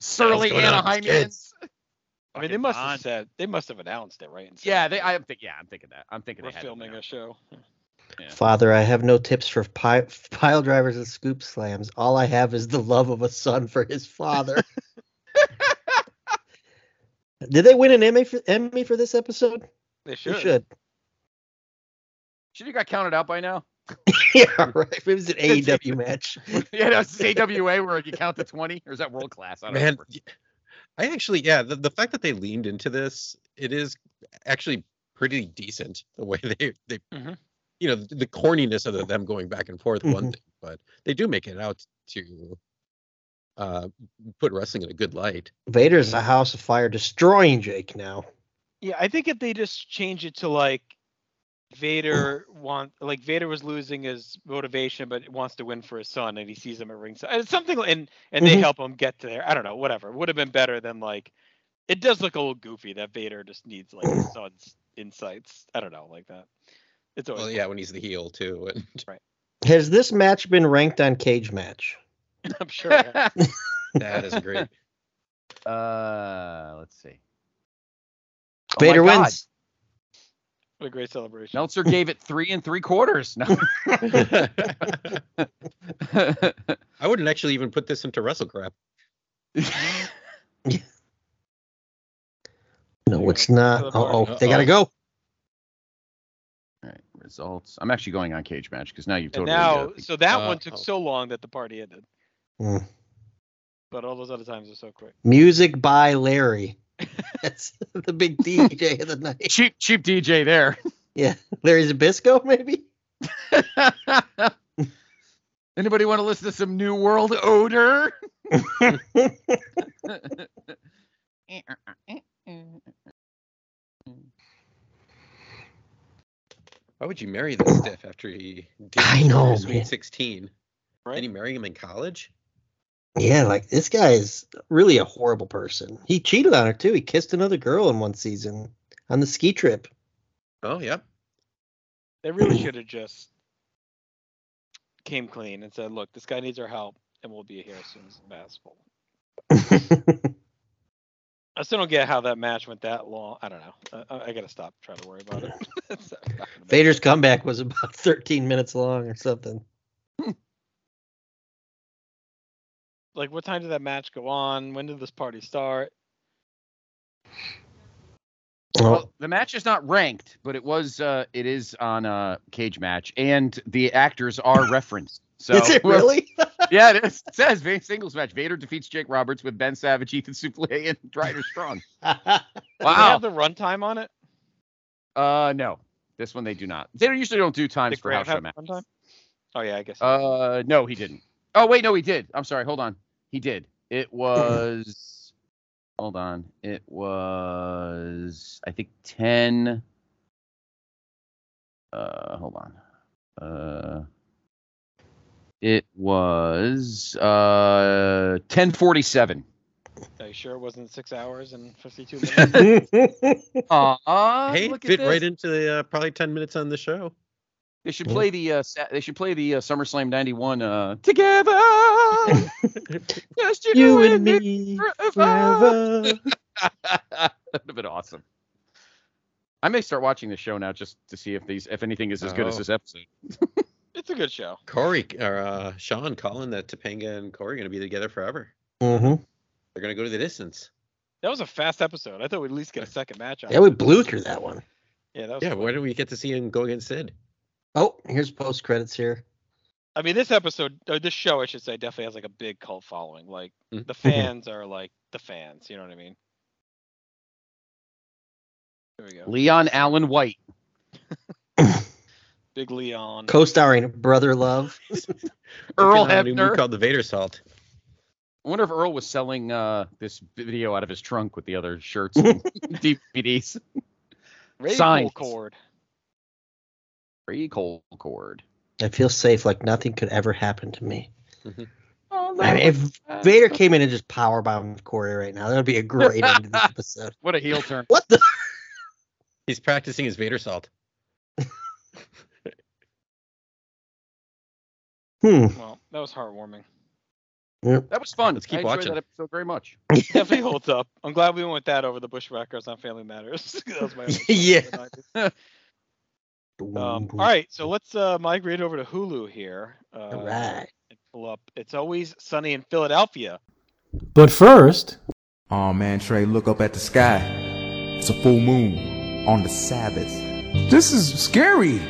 Speaker 8: surly
Speaker 9: going on with these
Speaker 8: Anaheimians.
Speaker 6: I mean, they
Speaker 8: Fucking
Speaker 6: must have
Speaker 8: Bond.
Speaker 6: said they must have announced it, right? and said,
Speaker 8: Yeah, they. I'm think. Yeah, I'm thinking that. I'm thinking
Speaker 6: We're
Speaker 8: they had it
Speaker 6: filming
Speaker 8: now.
Speaker 6: a show.
Speaker 10: Father, I have no tips for pi- pile drivers and scoop slams. All I have is the love of a son for his father. Did they win an Emmy for, Emmy for this episode?
Speaker 6: They
Speaker 10: They
Speaker 6: should.
Speaker 10: should.
Speaker 8: Should you got counted out by now?
Speaker 10: yeah, right. It was an AEW match.
Speaker 8: yeah, no, it's AWA where you count to twenty, or is that world class? I don't
Speaker 9: Man,
Speaker 8: remember.
Speaker 9: y- I actually, yeah, the, the fact that they leaned into this, it is actually pretty decent the way they, they
Speaker 6: Mhm.
Speaker 9: you know, the, the corniness of them going back and forth,
Speaker 10: Mm-hmm.
Speaker 9: one thing, but they do make it out to uh, put wrestling in a good light.
Speaker 10: Vader's a house of fire, destroying Jake now.
Speaker 6: Yeah, I think if they just change it to like Vader want like Vader was losing his motivation, but wants to win for his son, and he sees him at ringside. It's something, and and they
Speaker 9: Mm-hmm.
Speaker 10: Mhm.
Speaker 6: help him get to there. I don't know, whatever. Would have been better than like. It does look a little goofy that Vader just needs like his son's insights. I don't know, like that. It's always
Speaker 9: Well, yeah, when he's the heel too. And
Speaker 10: Has this match been ranked on Cage Match?
Speaker 6: I'm sure. it has.
Speaker 9: that is great.
Speaker 8: Uh, let's see. Oh my
Speaker 10: Vader
Speaker 8: God,
Speaker 10: wins.
Speaker 6: What a great celebration.
Speaker 8: Meltzer gave it three and three quarters. No.
Speaker 9: I wouldn't actually even put this into WrestleCrap.
Speaker 10: No, it's not. Oh, oh, they gotta go.
Speaker 8: All right, results. I'm actually going on cage match because now you've
Speaker 6: And
Speaker 8: totally.
Speaker 6: now,
Speaker 8: uh,
Speaker 6: so that
Speaker 9: Uh,
Speaker 6: one took
Speaker 9: oh. Mm.
Speaker 6: so long that the party ended.
Speaker 10: Hmm.
Speaker 6: But all those other times are so quick.
Speaker 10: Music by Larry. That's the big DJ of the night.
Speaker 8: cheap, cheap DJ there.
Speaker 10: Larry Zabisco, maybe.
Speaker 8: Anybody want to listen to some New World odor?
Speaker 9: Why would you marry this stiff after he did
Speaker 10: I know, man.
Speaker 9: Sweet 16?
Speaker 6: Right?
Speaker 9: Did he marry him in college?
Speaker 10: Yeah, like this guy is really a horrible person. He cheated on her too. He kissed another girl in one season on the ski trip.
Speaker 9: Oh, yeah.
Speaker 6: They really should have just came clean and said, "Look, this guy needs our help, and we'll be here as soon as possible." I still don't get how that match went that long. I don't know. I- I, I gotta stop trying to worry about it. It's not gonna matter.
Speaker 10: Vader's comeback was about 13 minutes long or something.
Speaker 6: like, what time did that match go on? When did this party start?
Speaker 10: Oh,
Speaker 8: Well, the match is not ranked, but it was. Uh, it is on a cage match, and the actors are referenced. So
Speaker 10: is it
Speaker 8: whoever-
Speaker 10: really?
Speaker 8: Yeah, it, is. it says Vader singles match. Vader defeats Jake Roberts with Ben Savage, Ethan Suplee, and Ryder Strong.
Speaker 6: Do they
Speaker 8: Wow.
Speaker 6: have the runtime on it?
Speaker 8: Uh, no, this one they do not. They don't- usually don't do times
Speaker 6: Did
Speaker 8: for
Speaker 6: Graham
Speaker 8: house show
Speaker 6: have
Speaker 8: match.
Speaker 6: runtime? Oh yeah, I guess.
Speaker 8: Uh, no, he didn't. Oh wait, no, he did. I'm sorry. Hold on, he did. It was. hold on. It was. I think ten. Uh, hold on. Uh. It was uh 1047.
Speaker 6: Are you sure it wasn't six hours and fifty-two minutes?
Speaker 8: Aw,
Speaker 9: hey,
Speaker 8: look at
Speaker 9: fit
Speaker 8: this.
Speaker 9: right into the, uh, probably 10 minutes on the show.
Speaker 8: They should
Speaker 10: Yeah.
Speaker 8: play the uh, sa- they should play the uh, SummerSlam '91 uh, together. Just you,
Speaker 10: you
Speaker 8: and
Speaker 10: and
Speaker 8: me
Speaker 10: me
Speaker 8: forever.
Speaker 10: forever.
Speaker 8: That'd have been awesome. I may start watching the show now just to see if these if anything is as good as
Speaker 9: Oh.
Speaker 8: this episode.
Speaker 6: it's a good show.
Speaker 9: Corey, or uh, Sean calling that Topanga and Corey are going to be together forever.
Speaker 10: hmm
Speaker 9: They're going to go to the distance.
Speaker 6: That was a fast episode. I thought we'd at least get a second match on.
Speaker 10: Yeah, we blew through that one.
Speaker 6: yeah, that was
Speaker 9: Yeah, why don't we get to see him go against Sid?
Speaker 10: Oh, here's post credits here.
Speaker 6: I mean, this episode or this show, I should say, definitely has like a big cult following. Like
Speaker 10: Mm-hmm.
Speaker 9: Mhm.
Speaker 6: the fans are like the fans. You know what I mean? There we go.
Speaker 8: Leon Allen White.
Speaker 6: Big Leon.
Speaker 10: Co-starring Brother Love.
Speaker 8: Earl
Speaker 9: Working on a new move
Speaker 8: Hebner.
Speaker 9: called the Vader Salt.
Speaker 8: I wonder if Earl was selling uh, this video out of his trunk with the other shirts and DVDs.
Speaker 6: Ray
Speaker 8: signs.
Speaker 6: Cord.
Speaker 8: Free cold cord.
Speaker 10: I feel safe, like nothing could ever happen to me.
Speaker 8: Oh,
Speaker 10: I mean, if Vader came in and just powerbombed Corey right now, that would be a great end to the episode.
Speaker 8: What a heel turn.
Speaker 10: What the?
Speaker 9: He's practicing his Vader Salt.
Speaker 10: Hmm.
Speaker 6: Well, that was heartwarming.
Speaker 8: That was fun.
Speaker 9: Let's keep
Speaker 8: I enjoyed
Speaker 9: watching.
Speaker 8: that episode very much.
Speaker 6: definitely holds up. I'm glad we went with that over the Bushwhackers on Family Matters. that was my other choice
Speaker 10: Yeah.
Speaker 6: for the 90s. Um, all right, so let's uh, migrate over to Hulu here. Uh,
Speaker 10: All right.
Speaker 6: and Pull up. It's always sunny in Philadelphia.
Speaker 11: But first,
Speaker 2: Oh man, Trey, look up at the sky. It's a full moon on the Sabbath.
Speaker 11: this is scary.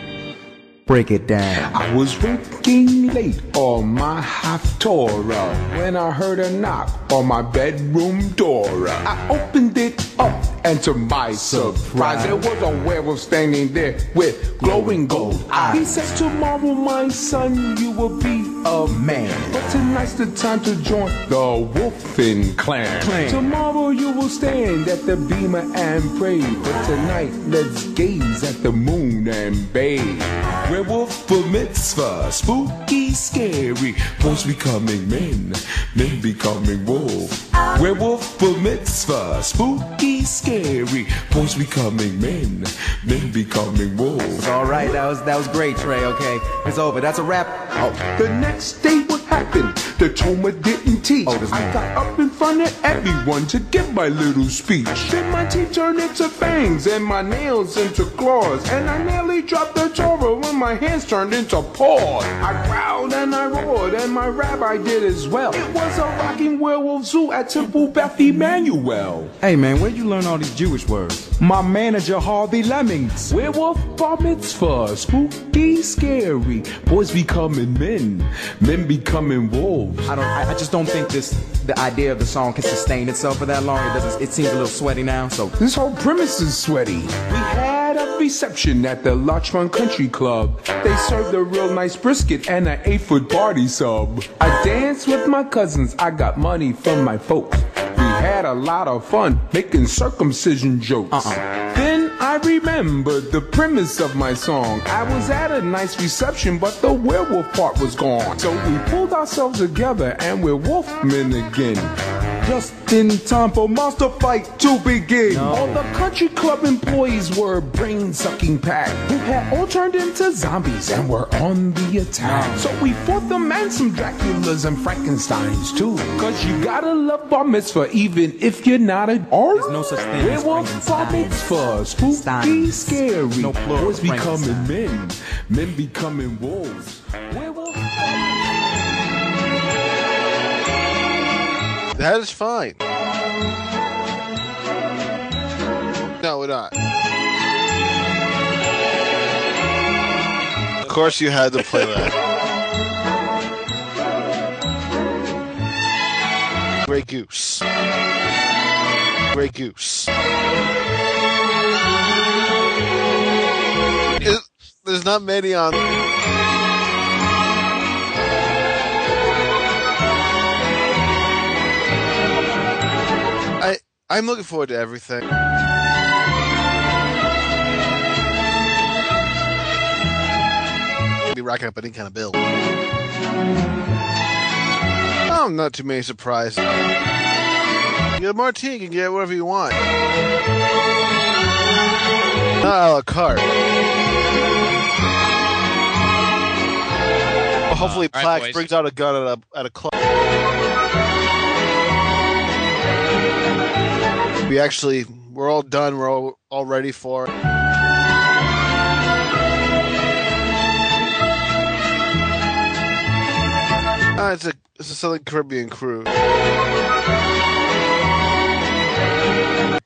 Speaker 2: Break it down.
Speaker 11: I was working late on my Haftorah when I heard a knock on my bedroom door. I opened it up, and to my surprise, there was a werewolf standing there with glowing gold eyes. He said, Tomorrow, my son, you will be a man. But tonight's the time to join the Wolfen clan.
Speaker 12: Clan.
Speaker 11: Tomorrow, you will stand at the beamer and pray. But tonight, let's gaze at the moon and bathe. Werewolf for mitzvah, spooky, scary. Boys becoming men, men becoming wolf. Werewolf for mitzvah, spooky, scary. Boys becoming men, men becoming wolf.
Speaker 13: All right, that was that was great, Trey. Okay, it's over. That's a wrap.
Speaker 11: Oh. The next day, what happened? The Toma didn't teach. I got up in front of everyone to give my little speech. Then my teeth turned into fangs and my nails into claws. And I nearly dropped the Torah when my hands turned into paws. I growled and I roared, and my rabbi did as well. It was a rocking werewolf zoo at Temple Beth Emmanuel.
Speaker 13: Hey man, where'd you learn all these Jewish words?
Speaker 11: My manager Harvey Lemmings. Werewolf bar mitzvah, spooky, scary. Boys becoming men, men becoming wolves.
Speaker 13: I don't. I, I just don't think this. The idea of the song can sustain itself for that long. It doesn't. It seems a little sweaty now. So
Speaker 11: This whole premise is sweaty. We had a reception at the Larchmont Country Club. They served a real nice brisket and an eight foot party sub. I danced with my cousins, I got money from my folks. We had a lot of fun making circumcision jokes. Then I remembered the premise of my song. I was at a nice reception, but the werewolf part was gone. So we pulled ourselves together and we're wolfmen again. Just in time for monster fight to begin. All the country club employees were brain sucking pack who had all turned into zombies and were on the attack. So we fought them and some Draculas and Frankensteins too. Cause you gotta love bar mitzvah even if you're not a or There's no such thing werewolf bar mitzvah. Spooky, scary. No Boys becoming men, men becoming wolves. Werewolf.
Speaker 14: That is fine. No, we're not. Of course, you had to play that. Grey Goose. Grey Goose. Is- there's not many on. I I'm looking forward to everything. Be racking up any kind of bill. I'm Oh, not too many surprises. Your martini you can get whatever you want. Not a la carte. Well, hopefully,
Speaker 15: all
Speaker 14: Plax
Speaker 15: right, boys.
Speaker 14: brings out a gun at a at a club. We actually, we're all done. We're all all ready for. it. Ah, it's a it's a Southern Caribbean crew.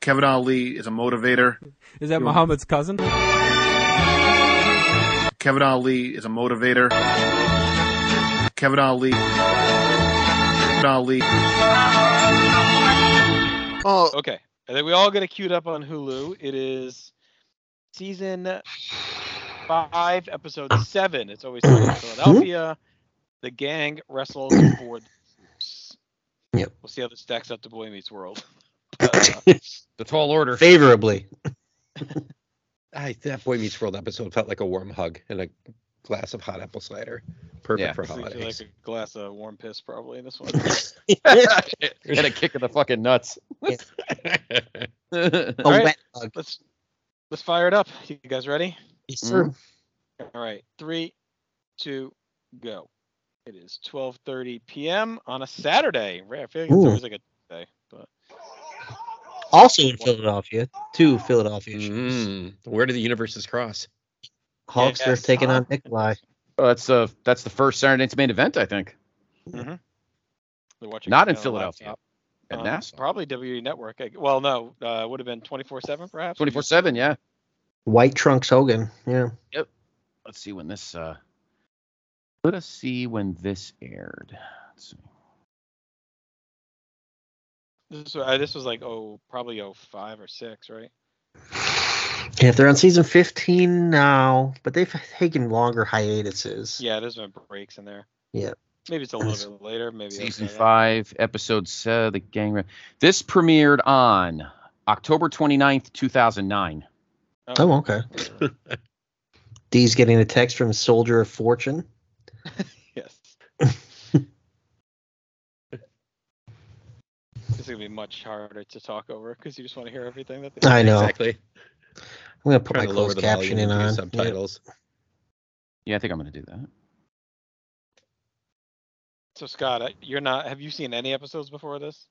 Speaker 16: Kevin Ali is a motivator.
Speaker 17: Is that Muhammad's cousin?
Speaker 16: Kevin Ali is a motivator. Kevin Ali. Kevin Ali.
Speaker 14: Oh,
Speaker 6: okay. I think we all got it queued up on Hulu. It is season five, episode seven. It's always Sunny in Philadelphia. The gang wrestles for. the troops.
Speaker 10: Yep.
Speaker 6: We'll see how this stacks up to Boy Meets World. uh,
Speaker 8: the tall order.
Speaker 10: Favorably.
Speaker 9: I, that Boy Meets World episode felt like a warm hug and a glass of hot apple cider. Perfect for
Speaker 6: It's like-
Speaker 9: holidays.
Speaker 6: Like a glass of warm piss, probably in this one.
Speaker 8: and a kick in the fucking nuts.
Speaker 6: All right, let's let's fire it up. You guys ready?
Speaker 10: Yes,
Speaker 8: sir.
Speaker 9: Mm.
Speaker 6: All right, three, two, go. It is 12:30 p.m. on a Saturday. Right, I feel like it's
Speaker 10: Ooh.
Speaker 6: always like a Tuesday, but
Speaker 10: Also in Philadelphia, two Philadelphia shows.
Speaker 9: Mm. Where do the universes cross?
Speaker 10: Hulkster
Speaker 8: Yes.
Speaker 10: taking on Nikolai.
Speaker 8: Oh, that's uh, that's the first Saturday night's main event, I think.
Speaker 6: Mhm. they're watching.
Speaker 8: Not
Speaker 6: it
Speaker 8: in
Speaker 6: on a
Speaker 8: Philadelphia.
Speaker 6: laptop.
Speaker 8: At
Speaker 6: Um,
Speaker 8: Nassau.
Speaker 6: Probably WWE Network. I- Well, no, uh, would have been 24/7 perhaps.
Speaker 8: Twenty four seven, yeah.
Speaker 10: White Trunks Hogan. Yeah.
Speaker 8: Yep. Let's see when this uh let us see when this aired. Let's see.
Speaker 6: This was, uh, this was like oh probably oh five or six, right?
Speaker 10: Yeah, if they're on season 15 now, but they've taken longer hiatuses.
Speaker 6: Yeah, there's been breaks in there.
Speaker 10: Yeah.
Speaker 6: Maybe it's a little bit later. Maybe
Speaker 8: Season five, episode uh, the gang. Re- this premiered on October 29th, 2009.
Speaker 10: Oh, okay. Dee's getting a text from Soldier of Fortune.
Speaker 6: Oh, yes. this is gonna be much harder to talk over because you just want to hear everything that they.
Speaker 10: I know.
Speaker 9: Exactly.
Speaker 10: I'm gonna put
Speaker 9: Trying
Speaker 10: my
Speaker 9: to lower
Speaker 10: closed
Speaker 9: the volume
Speaker 10: caption
Speaker 9: and
Speaker 10: in
Speaker 9: do
Speaker 10: on.
Speaker 9: subtitles.
Speaker 8: Yeah, I think I'm going to do that.
Speaker 6: So Scott, I- you're not. Have you seen any episodes before this?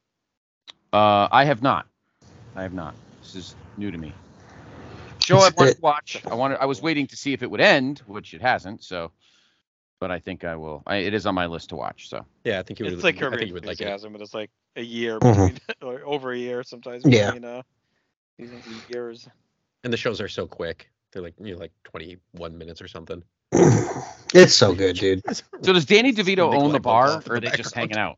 Speaker 8: Uh, I have not. I have not. This is new to me. Show I wanted to watch. I wanted. I was waiting to see if it would end, which it hasn't. So, but I think I will. I, it is on my list to watch. So.
Speaker 9: Yeah, I think
Speaker 6: it's like her enthusiasm, but it's like a year
Speaker 8: Mhm.
Speaker 6: between- or over a year sometimes.
Speaker 9: Mm-hmm. Yeah.
Speaker 6: You know, years.
Speaker 9: And the shows are so quick. They're like you know, like 21 minutes or something.
Speaker 10: It's so good, dude.
Speaker 8: So does Danny DeVito
Speaker 9: Big
Speaker 8: own the
Speaker 9: light bulb
Speaker 8: bar,
Speaker 9: off in
Speaker 8: or are
Speaker 9: the
Speaker 8: they just hanging
Speaker 9: background.
Speaker 8: out?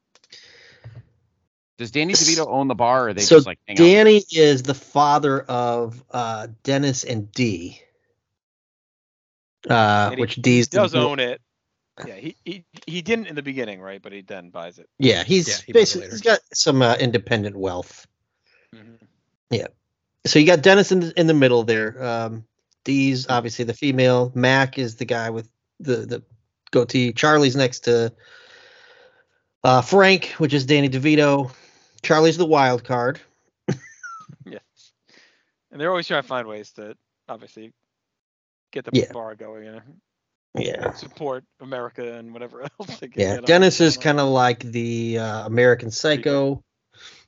Speaker 8: Does Danny DeVito own the bar, or are they
Speaker 10: so
Speaker 8: just like hang out?
Speaker 10: Danny is the father of uh, Dennis and Dee, uh,
Speaker 6: And he-
Speaker 10: which Dee's
Speaker 6: he does own it. Yeah, he, he he didn't in the beginning, right? But he then buys it.
Speaker 10: Yeah, he's
Speaker 6: Yeah, he bought it
Speaker 10: basically he's got some uh, independent wealth.
Speaker 6: Mhm.
Speaker 10: Yeah. So you got Dennis in the, in the middle there. Um, Dee's
Speaker 6: Mm-hmm.
Speaker 10: obviously the female. Mac is the guy with the the goatee. Charlie's next to uh, Frank, which is Danny DeVito. Charlie's the wild card.
Speaker 9: Mm-hmm.
Speaker 6: Yes. And they're always trying to find ways to obviously get the
Speaker 10: Yeah.
Speaker 6: bar going and
Speaker 10: Yeah.
Speaker 6: support America and whatever else. They can
Speaker 10: Yeah.
Speaker 6: get on.
Speaker 10: Dennis is kind of uh, like the uh, American Psycho.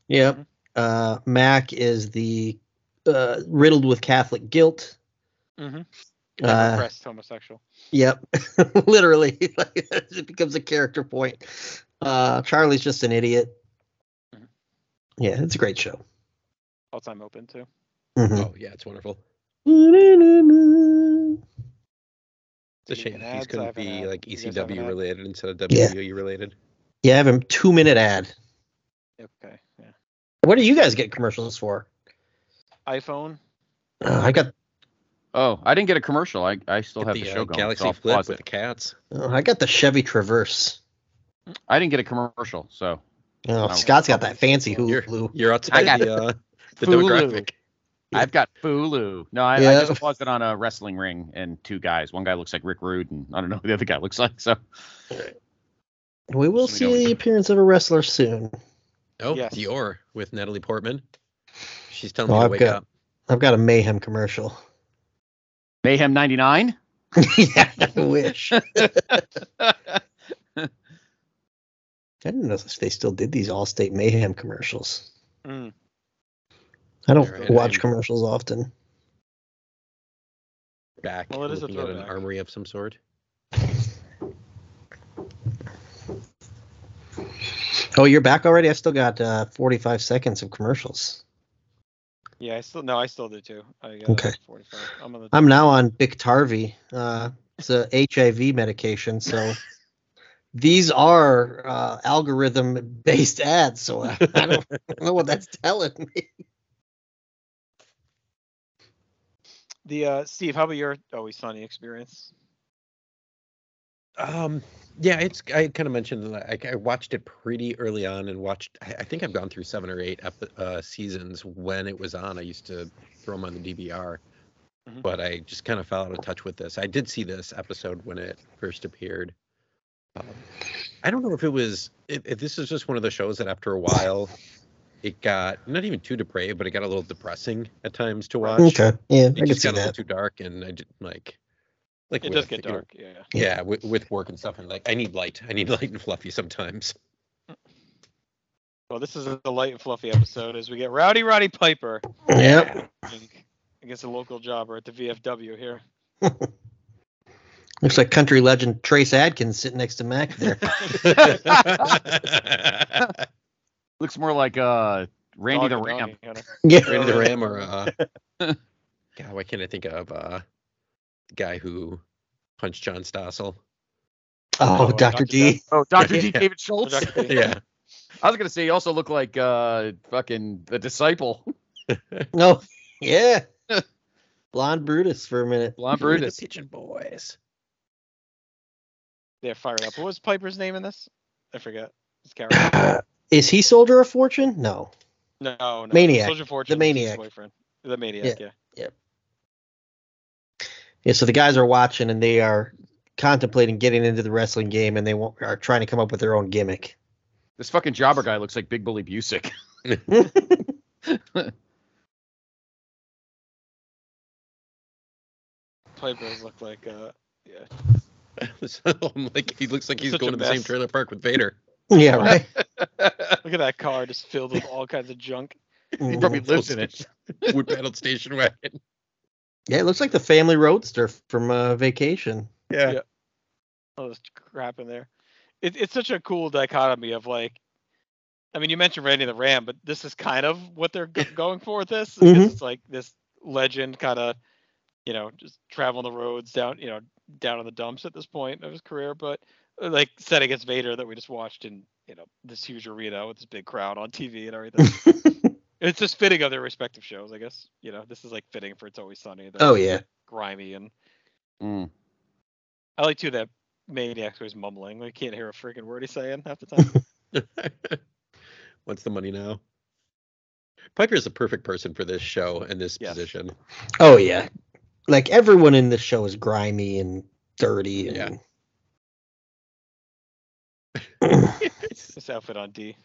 Speaker 10: Yep. Uh, Mac is the uh, riddled with Catholic guilt.
Speaker 6: Mhm.
Speaker 10: Uh,
Speaker 6: repressed homosexual.
Speaker 10: Yep, literally, like, it becomes a character point. Uh, Charlie's just an idiot. Mm-hmm. Yeah, it's a great show.
Speaker 6: All time open too.
Speaker 10: Mhm.
Speaker 9: Oh yeah, it's wonderful. It's a shame
Speaker 6: an
Speaker 9: these
Speaker 6: ads, I
Speaker 9: couldn't
Speaker 6: have an
Speaker 9: be
Speaker 6: ad.
Speaker 9: like E
Speaker 6: You guys have an
Speaker 9: ECW
Speaker 6: ad?
Speaker 9: related instead of
Speaker 10: Yeah.
Speaker 9: WWE related.
Speaker 10: Yeah, I have a two minute ad.
Speaker 6: Okay. Yeah.
Speaker 10: What do you guys get commercials for?
Speaker 6: iPhone.
Speaker 10: Uh, I got
Speaker 8: Oh, I didn't get a commercial. I, I still have
Speaker 9: the,
Speaker 8: the, show
Speaker 9: uh,
Speaker 8: going.
Speaker 9: Galaxy
Speaker 8: so I'll
Speaker 9: Flip
Speaker 8: pause
Speaker 9: with
Speaker 8: it.
Speaker 9: the cats.
Speaker 10: oh, I got the Chevy Traverse.
Speaker 8: I didn't get a commercial, so
Speaker 10: Oh,
Speaker 8: No.
Speaker 10: Scott's got that fancy Hulu.
Speaker 9: You're
Speaker 8: I got
Speaker 9: the, uh, the
Speaker 8: Fulu.
Speaker 9: demographic.
Speaker 8: I've got Fulu. No, I,
Speaker 10: Yeah.
Speaker 8: I just paused it on a wrestling ring and two guys. One guy looks like Rick Rude, and I don't know who the other guy looks like. So
Speaker 10: We will see the appearance of a wrestler soon.
Speaker 9: Oh, Dior with Natalie Portman. She's telling
Speaker 10: Oh,
Speaker 9: me to
Speaker 10: I've
Speaker 9: wake
Speaker 10: got
Speaker 9: up.
Speaker 10: I've got a Mayhem commercial.
Speaker 8: Mayhem '99.
Speaker 10: yeah, I wish. I didn't know if they still did these Allstate Mayhem commercials.
Speaker 6: Mm.
Speaker 10: I don't
Speaker 9: They're
Speaker 10: watch
Speaker 9: in-
Speaker 10: commercials often.
Speaker 9: Back
Speaker 6: Well, it is a
Speaker 9: looking at an
Speaker 6: throwback.
Speaker 9: armory of some sort.
Speaker 10: Oh, you're back already? I've still got uh, 45 seconds of commercials.
Speaker 6: Yeah, I still no, I still do too. I got
Speaker 10: Okay.
Speaker 6: 45. I'm on the.
Speaker 10: I'm now on Biktarvy. Uh, it's a HIV medication, so these are uh, algorithm-based ads. So I, I, don't, I don't know what that's telling me.
Speaker 6: The uh, Steve, how about your Always Sunny experience?
Speaker 9: Um, yeah, it's. I kind of mentioned that I, I watched it pretty early on and watched. I, I think I've gone through seven or eight ep- uh, seasons when it was on. I used to throw them on the DVR,
Speaker 6: Mm-hmm.
Speaker 9: but I just kind of fell out of touch with this. I did see this episode when it first appeared. Um, I don't know if it was. If, if this is just one of the shows that after a while, it got not even too depraved, but it got a little depressing at times to watch.
Speaker 10: Okay, yeah, I
Speaker 9: it
Speaker 10: can
Speaker 9: just
Speaker 10: see
Speaker 9: got a little
Speaker 10: that.
Speaker 9: too dark, and I did like. Like
Speaker 6: It does
Speaker 9: with,
Speaker 6: get
Speaker 9: you know,
Speaker 6: dark. Yeah.
Speaker 9: yeah with, with work and stuff and like i need light i need light and fluffy sometimes
Speaker 6: Well, this is a light and fluffy episode as we get Rowdy Roddy Piper
Speaker 10: Yep.
Speaker 6: against a local jobber at the VFW here.
Speaker 10: Looks like country legend Trace Adkins sitting next to Mac there.
Speaker 8: Looks more like uh Randy the Ram.
Speaker 10: Yeah.
Speaker 9: Randy the ram or uh god why can't i think of uh the guy who punched john stossel
Speaker 10: Oh, Dr. D.
Speaker 8: Oh, Dr. D.
Speaker 9: Yeah.
Speaker 8: David Schultz.
Speaker 9: yeah
Speaker 8: I was gonna say he also looked like uh fucking the disciple.
Speaker 10: No, Oh, yeah, blonde Brutus for a minute.
Speaker 8: Blonde Brutus.
Speaker 9: Pigeon Boys.
Speaker 6: They're fired up. What was Piper's name in this? I forget. It's Carol.
Speaker 10: Uh, Is he Soldier of Fortune? No.
Speaker 6: no, no.
Speaker 10: Maniac.
Speaker 6: Soldier
Speaker 10: The
Speaker 6: Fortune. was his
Speaker 10: Maniac.
Speaker 6: Boyfriend. The maniac. Yeah.
Speaker 10: Yep. Yeah, so the guys are watching and they are contemplating getting into the wrestling game and they wa- are trying to come up with their own gimmick.
Speaker 8: This fucking jobber guy looks like Big Bully Busick.
Speaker 6: Piper's look like uh. Yeah.
Speaker 9: I'm like he looks like he's
Speaker 6: Such a
Speaker 9: going to the same
Speaker 6: mess.
Speaker 9: trailer park with Vader.
Speaker 10: Yeah, right.
Speaker 6: Look at that car just filled with all kinds of junk.
Speaker 10: He probably lives
Speaker 9: in it. Wood paneled station wagon.
Speaker 10: Yeah, it looks like the family roadster from uh, vacation.
Speaker 9: Yeah.
Speaker 6: all this crap in there. It, it's such a cool dichotomy of like, I mean, you mentioned Randy the Ram, but this is kind of what they're go- going for with this. because
Speaker 10: Mhm.
Speaker 6: It's like this legend kind of, you know, just traveling the roads down, you know, down in the dumps at this point of his career, but uh, like set against Vader that we just watched in, you know, this huge arena with this big crowd on TV and everything. it's just fitting of their respective shows, I guess. You know, this is like fitting for It's Always Sunny. the
Speaker 10: Oh, yeah.
Speaker 6: Grimy and
Speaker 8: Mm.
Speaker 6: I like too that Maniac was mumbling. We can't hear a freaking word he's saying half the time.
Speaker 9: What's the money now? Piper is the perfect person for this show and this position.
Speaker 10: Oh yeah, like everyone in this show is grimy and dirty. And,
Speaker 6: this outfit on D.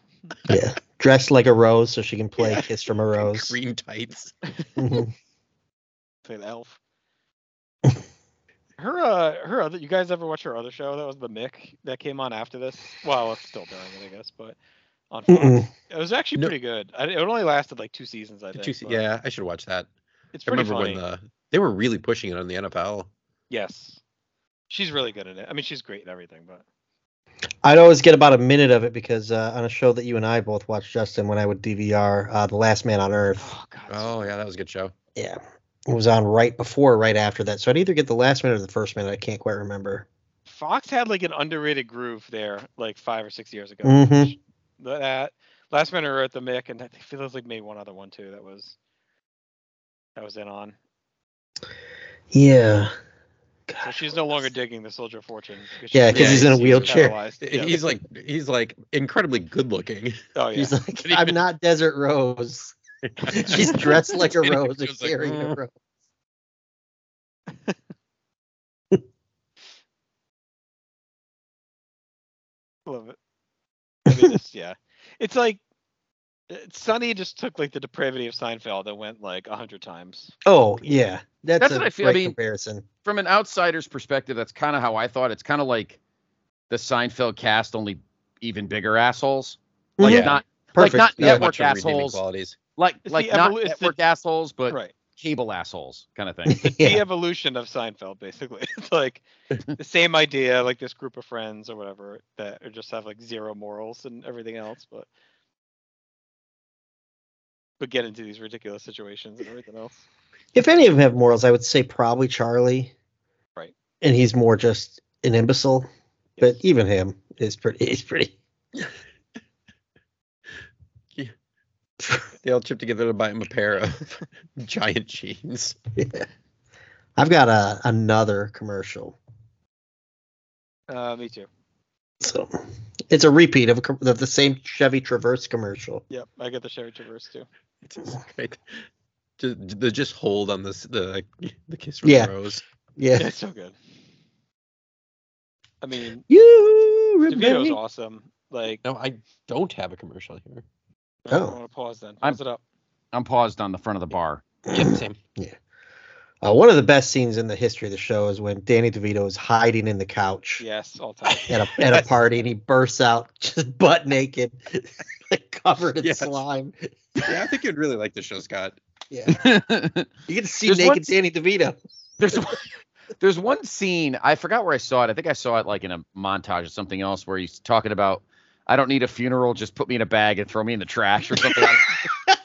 Speaker 10: yeah, dressed like a rose so she can play "Kiss from a Rose."
Speaker 9: Green tights.
Speaker 10: Mhm.
Speaker 6: Play the elf. her uh her other you guys ever watch her other show? That was the Mick that came on after this. Well, it's still during it, I guess, but on Fox.
Speaker 9: Mm-mm.
Speaker 6: It was actually
Speaker 9: No.
Speaker 6: pretty good. I, it only lasted like two seasons, I think.
Speaker 9: Two se-
Speaker 6: but
Speaker 9: yeah, I should watch that.
Speaker 6: It's
Speaker 9: I
Speaker 6: pretty
Speaker 9: remember
Speaker 6: funny.
Speaker 9: when the, they were really pushing it on the NFL.
Speaker 6: Yes. She's really good at it. I mean, she's great at everything, but
Speaker 10: I'd always get about a minute of it because uh, on a show that you and I both watched, Justin, when I would DVR uh, "The Last Man on Earth,"
Speaker 9: Oh yeah, that was a good show.
Speaker 10: Yeah. it was on right before, or right after that. So I'd either get the last minute or the first minute. I can't quite remember.
Speaker 6: Fox had like an underrated groove there, like five or six years ago.
Speaker 10: Mhm.
Speaker 6: That Last Man on Earth, the Mick, and I think feels like maybe one other one too. That was that was in on.
Speaker 10: Yeah.
Speaker 6: So she's no longer digging the Soldier of Fortune. she's
Speaker 10: Yeah, 'cause he's in a wheelchair.
Speaker 6: paralyzed.
Speaker 9: And
Speaker 6: Yeah.
Speaker 9: He's like he's like incredibly good looking.
Speaker 6: Oh yeah.
Speaker 10: He's like, I'm not Desert Rose. She's dressed like a
Speaker 9: And
Speaker 10: rose
Speaker 9: he
Speaker 10: and
Speaker 9: was like,
Speaker 10: carrying a
Speaker 9: "Mm."
Speaker 10: rose.
Speaker 6: Love it. I mean, it's, yeah, it's like uh, Sonny just took like the depravity of Seinfeld and went like a hundred times.
Speaker 10: Oh yeah, that's,
Speaker 8: That's
Speaker 10: a
Speaker 8: what I feel. I
Speaker 10: great
Speaker 8: mean-
Speaker 10: comparison.
Speaker 8: From an outsider's perspective, that's kind of how I thought. It's kind of like the Seinfeld cast, only even bigger assholes. Like
Speaker 9: Yeah.
Speaker 8: not
Speaker 9: Perfect.
Speaker 8: like not
Speaker 9: Yeah.
Speaker 8: network
Speaker 9: Much of redeeming
Speaker 8: assholes.
Speaker 9: qualities.
Speaker 8: Like
Speaker 6: It's
Speaker 8: like
Speaker 6: the
Speaker 8: not
Speaker 6: evolu- it's the-
Speaker 8: network assholes, but
Speaker 6: Right.
Speaker 8: cable assholes kind of thing.
Speaker 6: The evolution of Seinfeld, basically. It's like the same idea, like this group of friends or whatever that are just have like zero morals and everything else, but but get into these ridiculous situations and everything else.
Speaker 10: If any of them have morals, I would say probably Charlie.
Speaker 6: Right.
Speaker 10: And he's more just an imbecile, but even him is pretty. He's pretty.
Speaker 9: They all chip together to buy him a pair of giant jeans.
Speaker 10: I've got a another commercial.
Speaker 6: Uh, me too.
Speaker 10: So it's a repeat of, a, com- of the same Chevy Traverse commercial.
Speaker 6: Yep, I get the Sherry Traverse too.
Speaker 9: Right. Just, they just hold on this the the kiss from
Speaker 10: Yeah.
Speaker 9: the rose.
Speaker 10: Yeah.
Speaker 6: It's so good. I mean,
Speaker 10: you
Speaker 6: DeVito's awesome. Like,
Speaker 9: no, I don't have a commercial here.
Speaker 6: I
Speaker 10: Oh.
Speaker 6: want to pause then.
Speaker 8: I'm-
Speaker 6: Pause it up.
Speaker 8: I'm paused on the front of the bar.
Speaker 9: Yeah, same.
Speaker 10: Uh, one of the best scenes in the history of the show is when Danny DeVito is hiding in the couch
Speaker 6: Yes, all time.
Speaker 10: at a at a party and he bursts out just butt naked, like covered in
Speaker 9: Yes.
Speaker 10: slime.
Speaker 9: Yeah, I think you'd really like this show, Scott.
Speaker 10: Yeah. You get to see naked Danny DeVito.
Speaker 8: There's one, there's one scene I forgot where I saw it. I think I saw it like in a montage or something else where he's talking about I don't need a funeral. Just put me in a bag and throw me in the trash or something. I don't-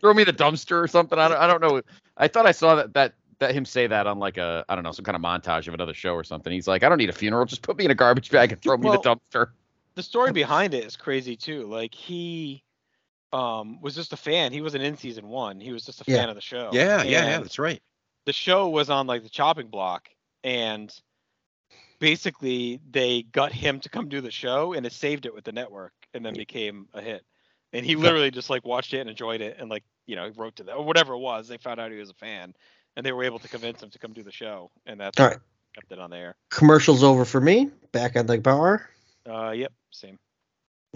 Speaker 8: throw me in the dumpster or something. I don't, I don't know. I thought I saw that that that him say that on like a I don't know some kind of montage of another show or something. He's like I don't need a funeral. Just put me in a garbage bag and throw me in
Speaker 6: Well,
Speaker 8: the dumpster.
Speaker 6: the story behind it is crazy too. Like he um was just a fan. He wasn't in season one. He was just a
Speaker 9: Yeah.
Speaker 6: fan of the show.
Speaker 9: Yeah, yeah, Oh, yeah.
Speaker 6: And
Speaker 9: That's right.
Speaker 6: The show was on like the chopping block, and basically they got him to come do the show, and it saved it with the network, and then became a hit. And he
Speaker 12: Yeah.
Speaker 6: literally just like watched it and enjoyed it, and like you know wrote to them or whatever it was. They found out he was a fan, and they were able to convince him to come do the show, and that's
Speaker 10: All right.
Speaker 6: kept it on there.
Speaker 10: Commercials over for me. Back on the bar.
Speaker 6: Uh, yep, same.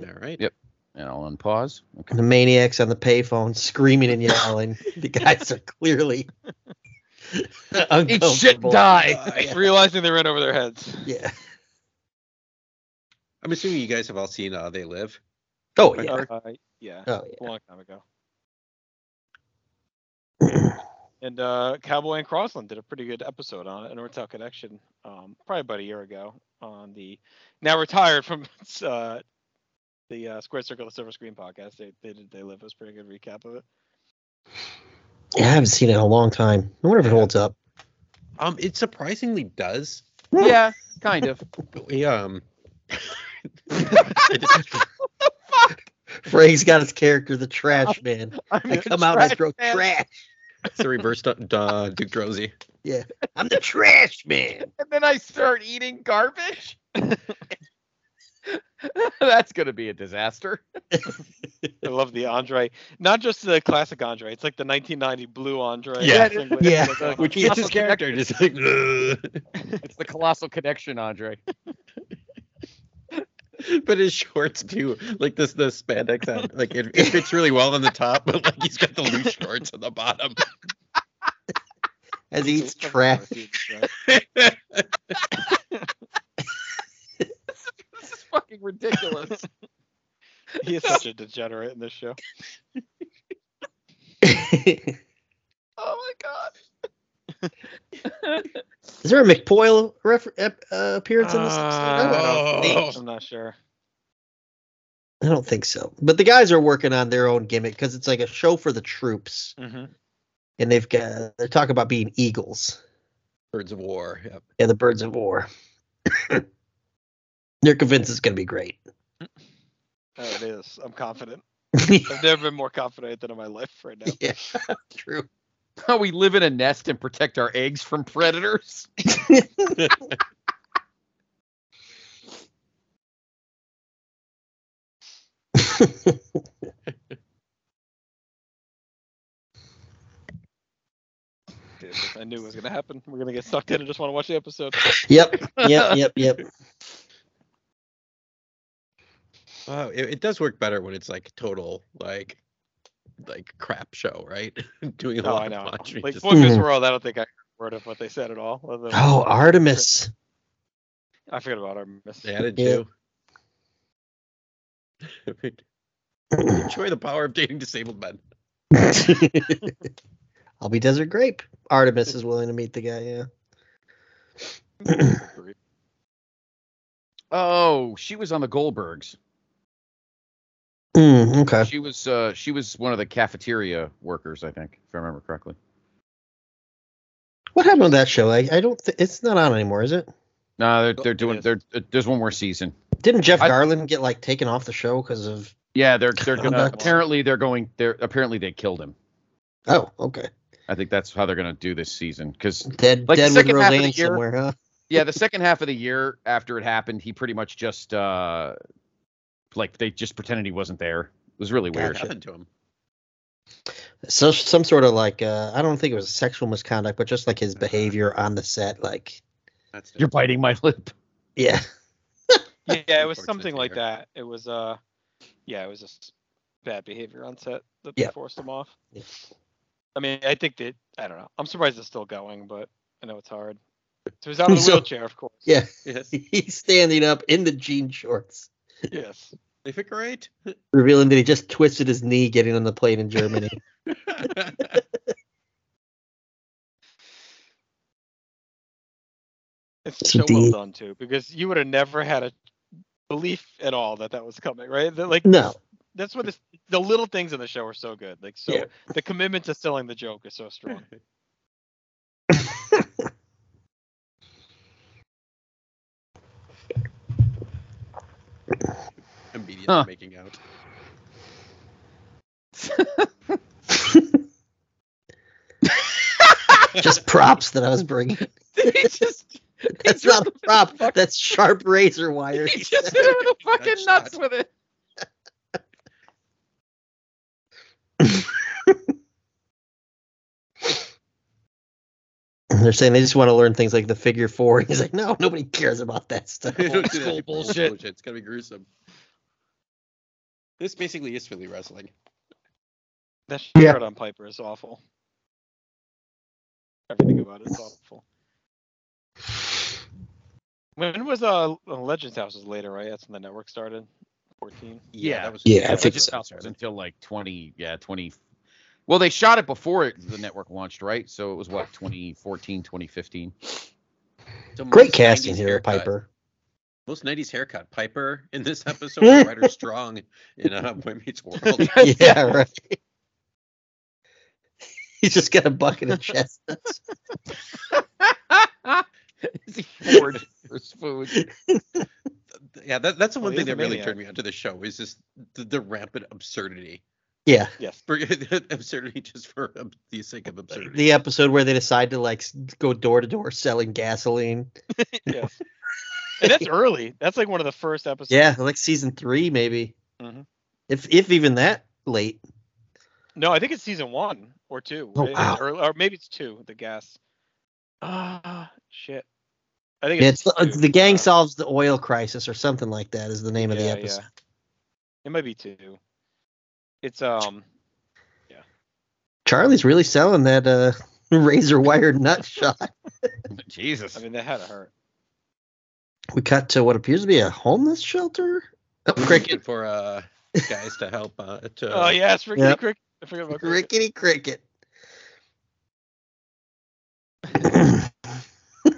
Speaker 9: All right.
Speaker 8: Yep. And I'll unpause. Okay.
Speaker 10: The maniacs on the payphone screaming and yelling. the guys are clearly uncomfortable.
Speaker 6: Uh, realizing they ran over their heads.
Speaker 10: Yeah.
Speaker 9: I'm assuming you guys have all seen uh, They Live.
Speaker 10: Oh
Speaker 9: yeah.
Speaker 6: Uh, yeah.
Speaker 10: Oh,
Speaker 6: A long time ago. and uh, Cowboy and Crossland did a pretty good episode on it, an Ortel Connection, um, probably about a year ago, on the now retired from uh, the uh, Square Circle of Silver Screen podcast. They, they did They Live. It was a pretty good recap of it.
Speaker 10: Yeah, I haven't seen it in a long time. I wonder if it holds up.
Speaker 9: Um, it surprisingly does.
Speaker 8: Yeah, kind of.
Speaker 9: We um.
Speaker 10: Frey's got his character, the trash man. I
Speaker 8: the
Speaker 10: come out and I
Speaker 8: trash
Speaker 10: throw
Speaker 8: man.
Speaker 10: trash.
Speaker 9: It's the reverse du- uh, Duke Drosy.
Speaker 10: Yeah. I'm the trash man.
Speaker 8: and then I start eating garbage. That's gonna be a disaster.
Speaker 6: I love the Andre, not just the classic Andre. It's like the 1990 blue Andre.
Speaker 9: Yeah.
Speaker 6: Singlet.
Speaker 9: Yeah.
Speaker 6: It's like-
Speaker 9: Which is his character, just like, "Ugh."
Speaker 8: It's the colossal connection, Andre.
Speaker 9: but his shorts too, like this the spandex on, like it, it fits really well on the top, but like he's got the loose shorts on the bottom.
Speaker 10: As he eats trash.
Speaker 8: This is fucking ridiculous.
Speaker 6: he is such a degenerate in this show.
Speaker 8: oh my god.
Speaker 10: Is there a McPoyle ref- ep- uh, appearance in this? episode?
Speaker 9: Uh,
Speaker 10: I don't know.
Speaker 6: I
Speaker 8: Uh,
Speaker 6: don't think- I'm not sure.
Speaker 10: I don't think so. But the guys are working on their own gimmick because it's like a show for the troops,
Speaker 6: Mm-hmm.
Speaker 10: and they've got they're talking about being eagles.
Speaker 9: Birds of War. Yep.
Speaker 10: Yeah, the birds of war. They're convinced it's going to be great.
Speaker 6: Oh, it is. I'm confident. I've never been more confident than in my life right now.
Speaker 10: Yeah, true.
Speaker 8: How we live in a nest and protect our eggs from predators.
Speaker 6: Dude, I knew it was gonna happen. We're gonna get sucked in and just want to watch the episode.
Speaker 10: Yep, yep, yep, yep.
Speaker 9: Wow, it, it does work better when it's like total like like crap show, right? Doing a
Speaker 6: No, I
Speaker 9: lot
Speaker 6: know.
Speaker 9: of watching.
Speaker 6: Like
Speaker 9: just-
Speaker 6: Boy Meets World, I don't think I heard a word of what they said at all. other than-
Speaker 10: Mm-hmm. Oh, Artemis.
Speaker 6: I forgot about Artemis.
Speaker 9: They added
Speaker 10: Yeah.
Speaker 9: two. Enjoy the power of dating disabled men.
Speaker 10: I'll be Desert Grape. Artemis is willing to meet the guy. Yeah.
Speaker 8: Oh, she was on the Goldbergs.
Speaker 10: Mm, okay.
Speaker 8: She was uh she was one of the cafeteria workers, I think, if I remember correctly.
Speaker 10: What happened to that show? I, I don't. Th- it's not on anymore, is it?
Speaker 8: No, they're they're doing they're uh, there's one more season.
Speaker 10: Didn't Jeff
Speaker 8: I-
Speaker 10: Garland get like taken off the show because of?
Speaker 8: Yeah, they're they're gonna
Speaker 10: Conduct.
Speaker 8: apparently they're going they're apparently they killed him.
Speaker 10: Oh, okay.
Speaker 8: I think that's how they're gonna do this season because
Speaker 10: Dead,
Speaker 8: like the
Speaker 10: dead with
Speaker 8: second half of
Speaker 10: Roseanne
Speaker 8: the year.
Speaker 10: somewhere, huh?
Speaker 8: yeah, the second half of the year after it happened, he pretty much just uh like they just pretended he wasn't there. It was really
Speaker 9: What
Speaker 8: weird.
Speaker 9: happened to him?
Speaker 10: So some sort of like uh, I don't think it was sexual misconduct, but just like his behavior on the set, like
Speaker 9: That's
Speaker 8: You're biting my lip.
Speaker 10: yeah,
Speaker 6: Yeah, it was something like that. It was uh, yeah, it was just bad behavior on set that they
Speaker 10: Yeah.
Speaker 6: forced him off.
Speaker 10: Yeah.
Speaker 6: I mean, I think that I don't know. I'm surprised it's still going, but I know it's hard. So he's out of the
Speaker 10: So-
Speaker 6: wheelchair, of course.
Speaker 10: yeah.
Speaker 9: Yes.
Speaker 10: He's standing up in the jean shorts,
Speaker 6: Yes.
Speaker 9: They fit great.
Speaker 10: revealing that he just twisted his knee getting on the plane in Germany.
Speaker 6: It's so well
Speaker 10: Indeed.
Speaker 6: done too, because you would have never had a belief at all that that was coming, right? They're like
Speaker 10: No.
Speaker 6: that's what this, the little things in the show are so good. Like so,
Speaker 10: Yeah.
Speaker 6: the commitment to selling the joke is so strong.
Speaker 9: Immediately
Speaker 8: Huh.
Speaker 9: making out.
Speaker 10: Just props that I was bringing. That's not a prop. That's sharp razor wire.
Speaker 8: He just hit him with the fucking nuts with it.
Speaker 10: They're saying they just want to learn things like the figure four. He's like, no, nobody cares about that stuff.
Speaker 9: Old school bullshit. It's gonna be gruesome. This basically is Philly wrestling.
Speaker 6: That
Speaker 10: Yeah.
Speaker 6: shirt on Piper is awful. Everything about it is awful. When was uh Legends House was later, right? That's when the network started. Fourteen.
Speaker 8: Yeah, that was
Speaker 6: Legends
Speaker 8: it was until like twenty. Yeah, twenty. Well, they shot it before it, the network launched, right? So it was what 2014, 2015.
Speaker 10: Great casting here, Piper.
Speaker 9: Most '90s haircut. Piper in this episode, of Ryder Strong in uh, Boy Meets World.
Speaker 10: yeah, right. He's just got a bucket of chestnuts.
Speaker 8: Is he Ford for his food?
Speaker 9: Yeah, that, that's the
Speaker 10: Oh,
Speaker 9: one
Speaker 8: Well,
Speaker 9: thing
Speaker 8: he's a
Speaker 9: that really
Speaker 8: maniac.
Speaker 9: turned me onto the show is just the, the rampant absurdity.
Speaker 10: Yeah.
Speaker 6: Yes.
Speaker 9: absurdity just for um, the sake of absurdity.
Speaker 10: The episode where they decide to like s- go door to door selling gasoline.
Speaker 6: yes. And that's early. That's like one of the first episodes.
Speaker 10: Yeah, like season three maybe.
Speaker 6: Mhm.
Speaker 10: If if even that late.
Speaker 6: No, I think it's season one or two.
Speaker 10: Oh,
Speaker 6: It- it's
Speaker 10: wow.
Speaker 6: early- or maybe it's two. The gas. Ah, shit. I think
Speaker 10: Yeah,
Speaker 6: it's, Uh,
Speaker 10: it's, it's uh, the gang solves the oil crisis or something like that is the name of the
Speaker 6: Yeah,
Speaker 10: episode.
Speaker 6: it might be two. It's um.
Speaker 10: Charlie's really selling that uh, razor wire nut shot.
Speaker 8: Jesus.
Speaker 6: I mean, that had to hurt.
Speaker 10: We cut to what appears to be a homeless shelter. Oh, cricket.
Speaker 9: for uh, guys to help. Uh, to,
Speaker 6: Oh yeah, it's Rickety
Speaker 10: Yep.
Speaker 6: Cricket. I forgot about Cricket.
Speaker 10: Rickety cricket.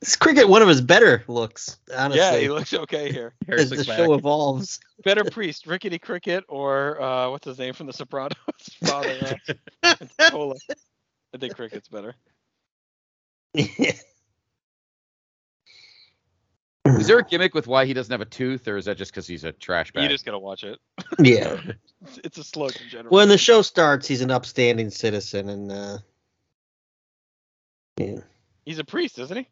Speaker 10: This cricket one of his better looks, honestly.
Speaker 6: Yeah, he looks okay here.
Speaker 10: as the show evolves.
Speaker 6: Better priest, Rickety Cricket, or uh, what's his name from The Sopranos? Father. Uh, Tola. I think Cricket's better.
Speaker 8: Is there a gimmick with why he doesn't have a tooth, or is that just because he's a trash bag?
Speaker 6: You just gotta watch it.
Speaker 10: Yeah.
Speaker 6: It's- It's a slow degeneration.
Speaker 10: when the show starts, he's an upstanding citizen, and uh, yeah,
Speaker 6: He's a priest, isn't he?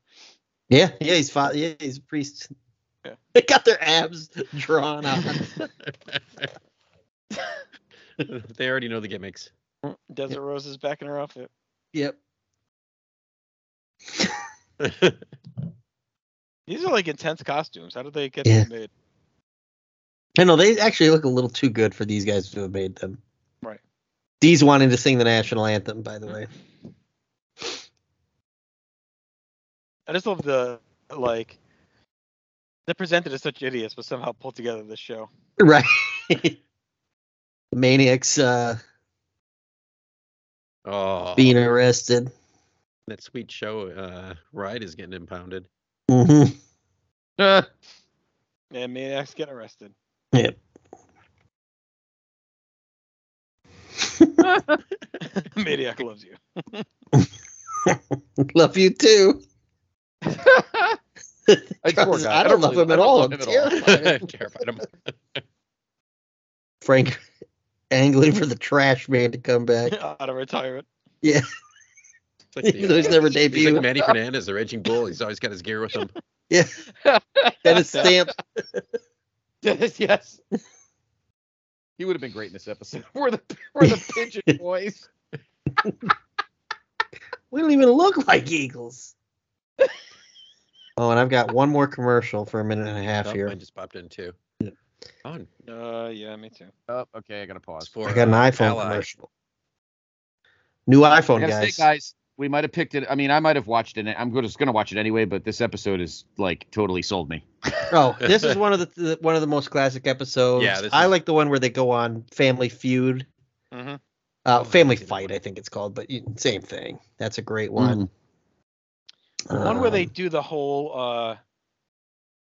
Speaker 10: yeah, yeah, he's fa- yeah, he's a priest. They got their abs drawn on.
Speaker 9: they already know the gimmicks.
Speaker 6: Desert Rose is back in her outfit.
Speaker 10: yep.
Speaker 6: These are like intense costumes. How did they get
Speaker 10: Yeah.
Speaker 6: them made?
Speaker 10: I know they actually look a little too good for these guys to have made them.
Speaker 6: Right.
Speaker 10: Dee's wanting to sing the national anthem, by the way.
Speaker 6: I just love the like they're presented as such idiots, but somehow pulled together this show.
Speaker 10: Right. the maniacs uh,
Speaker 9: Oh,
Speaker 10: being arrested.
Speaker 9: that sweet show uh, ride is getting impounded.
Speaker 10: hmm
Speaker 6: And maniacs get arrested.
Speaker 10: Yep.
Speaker 6: Maniac loves you.
Speaker 10: Love you too.
Speaker 8: I,
Speaker 10: Because I don't love him at all. I'm terrified.
Speaker 9: Terrified him.
Speaker 10: Frank angling for the trash man to come back.
Speaker 6: Out of retirement.
Speaker 10: Yeah.
Speaker 9: It's like the, uh,
Speaker 10: He's never
Speaker 9: He's
Speaker 10: debuted.
Speaker 9: like Manny Fernandez, the raging bull. He's always got his gear with him.
Speaker 10: Yeah. and it's stamped.
Speaker 8: yes. He would have been great in this episode. We're the we're the pigeon boys.
Speaker 10: We don't even look like eagles. Oh, and I've got one more commercial for a minute and a half
Speaker 9: Oh,
Speaker 10: here.
Speaker 9: Mine just popped in too.
Speaker 10: Yeah.
Speaker 9: On.
Speaker 6: Uh yeah, me too.
Speaker 8: Oh, okay, I gotta pause.
Speaker 9: for
Speaker 10: I got an
Speaker 9: uh,
Speaker 10: iPhone
Speaker 9: Ally.
Speaker 10: commercial. New iPhone,
Speaker 8: I gotta
Speaker 10: guys.
Speaker 8: say, guys, we might have picked it. I mean, I might have watched it. I'm go- just gonna watch it anyway. But this episode is like totally sold me.
Speaker 10: Oh, this is one of the, the one of the most classic episodes.
Speaker 8: Yeah, this
Speaker 10: I
Speaker 8: is-
Speaker 10: like the one where they go on Family Feud,
Speaker 6: Mm-hmm.
Speaker 8: Oh,
Speaker 10: uh, Family Fight, I think it's called, but you, same thing. That's a great one.
Speaker 6: The one where they
Speaker 10: Um,
Speaker 6: do the whole uh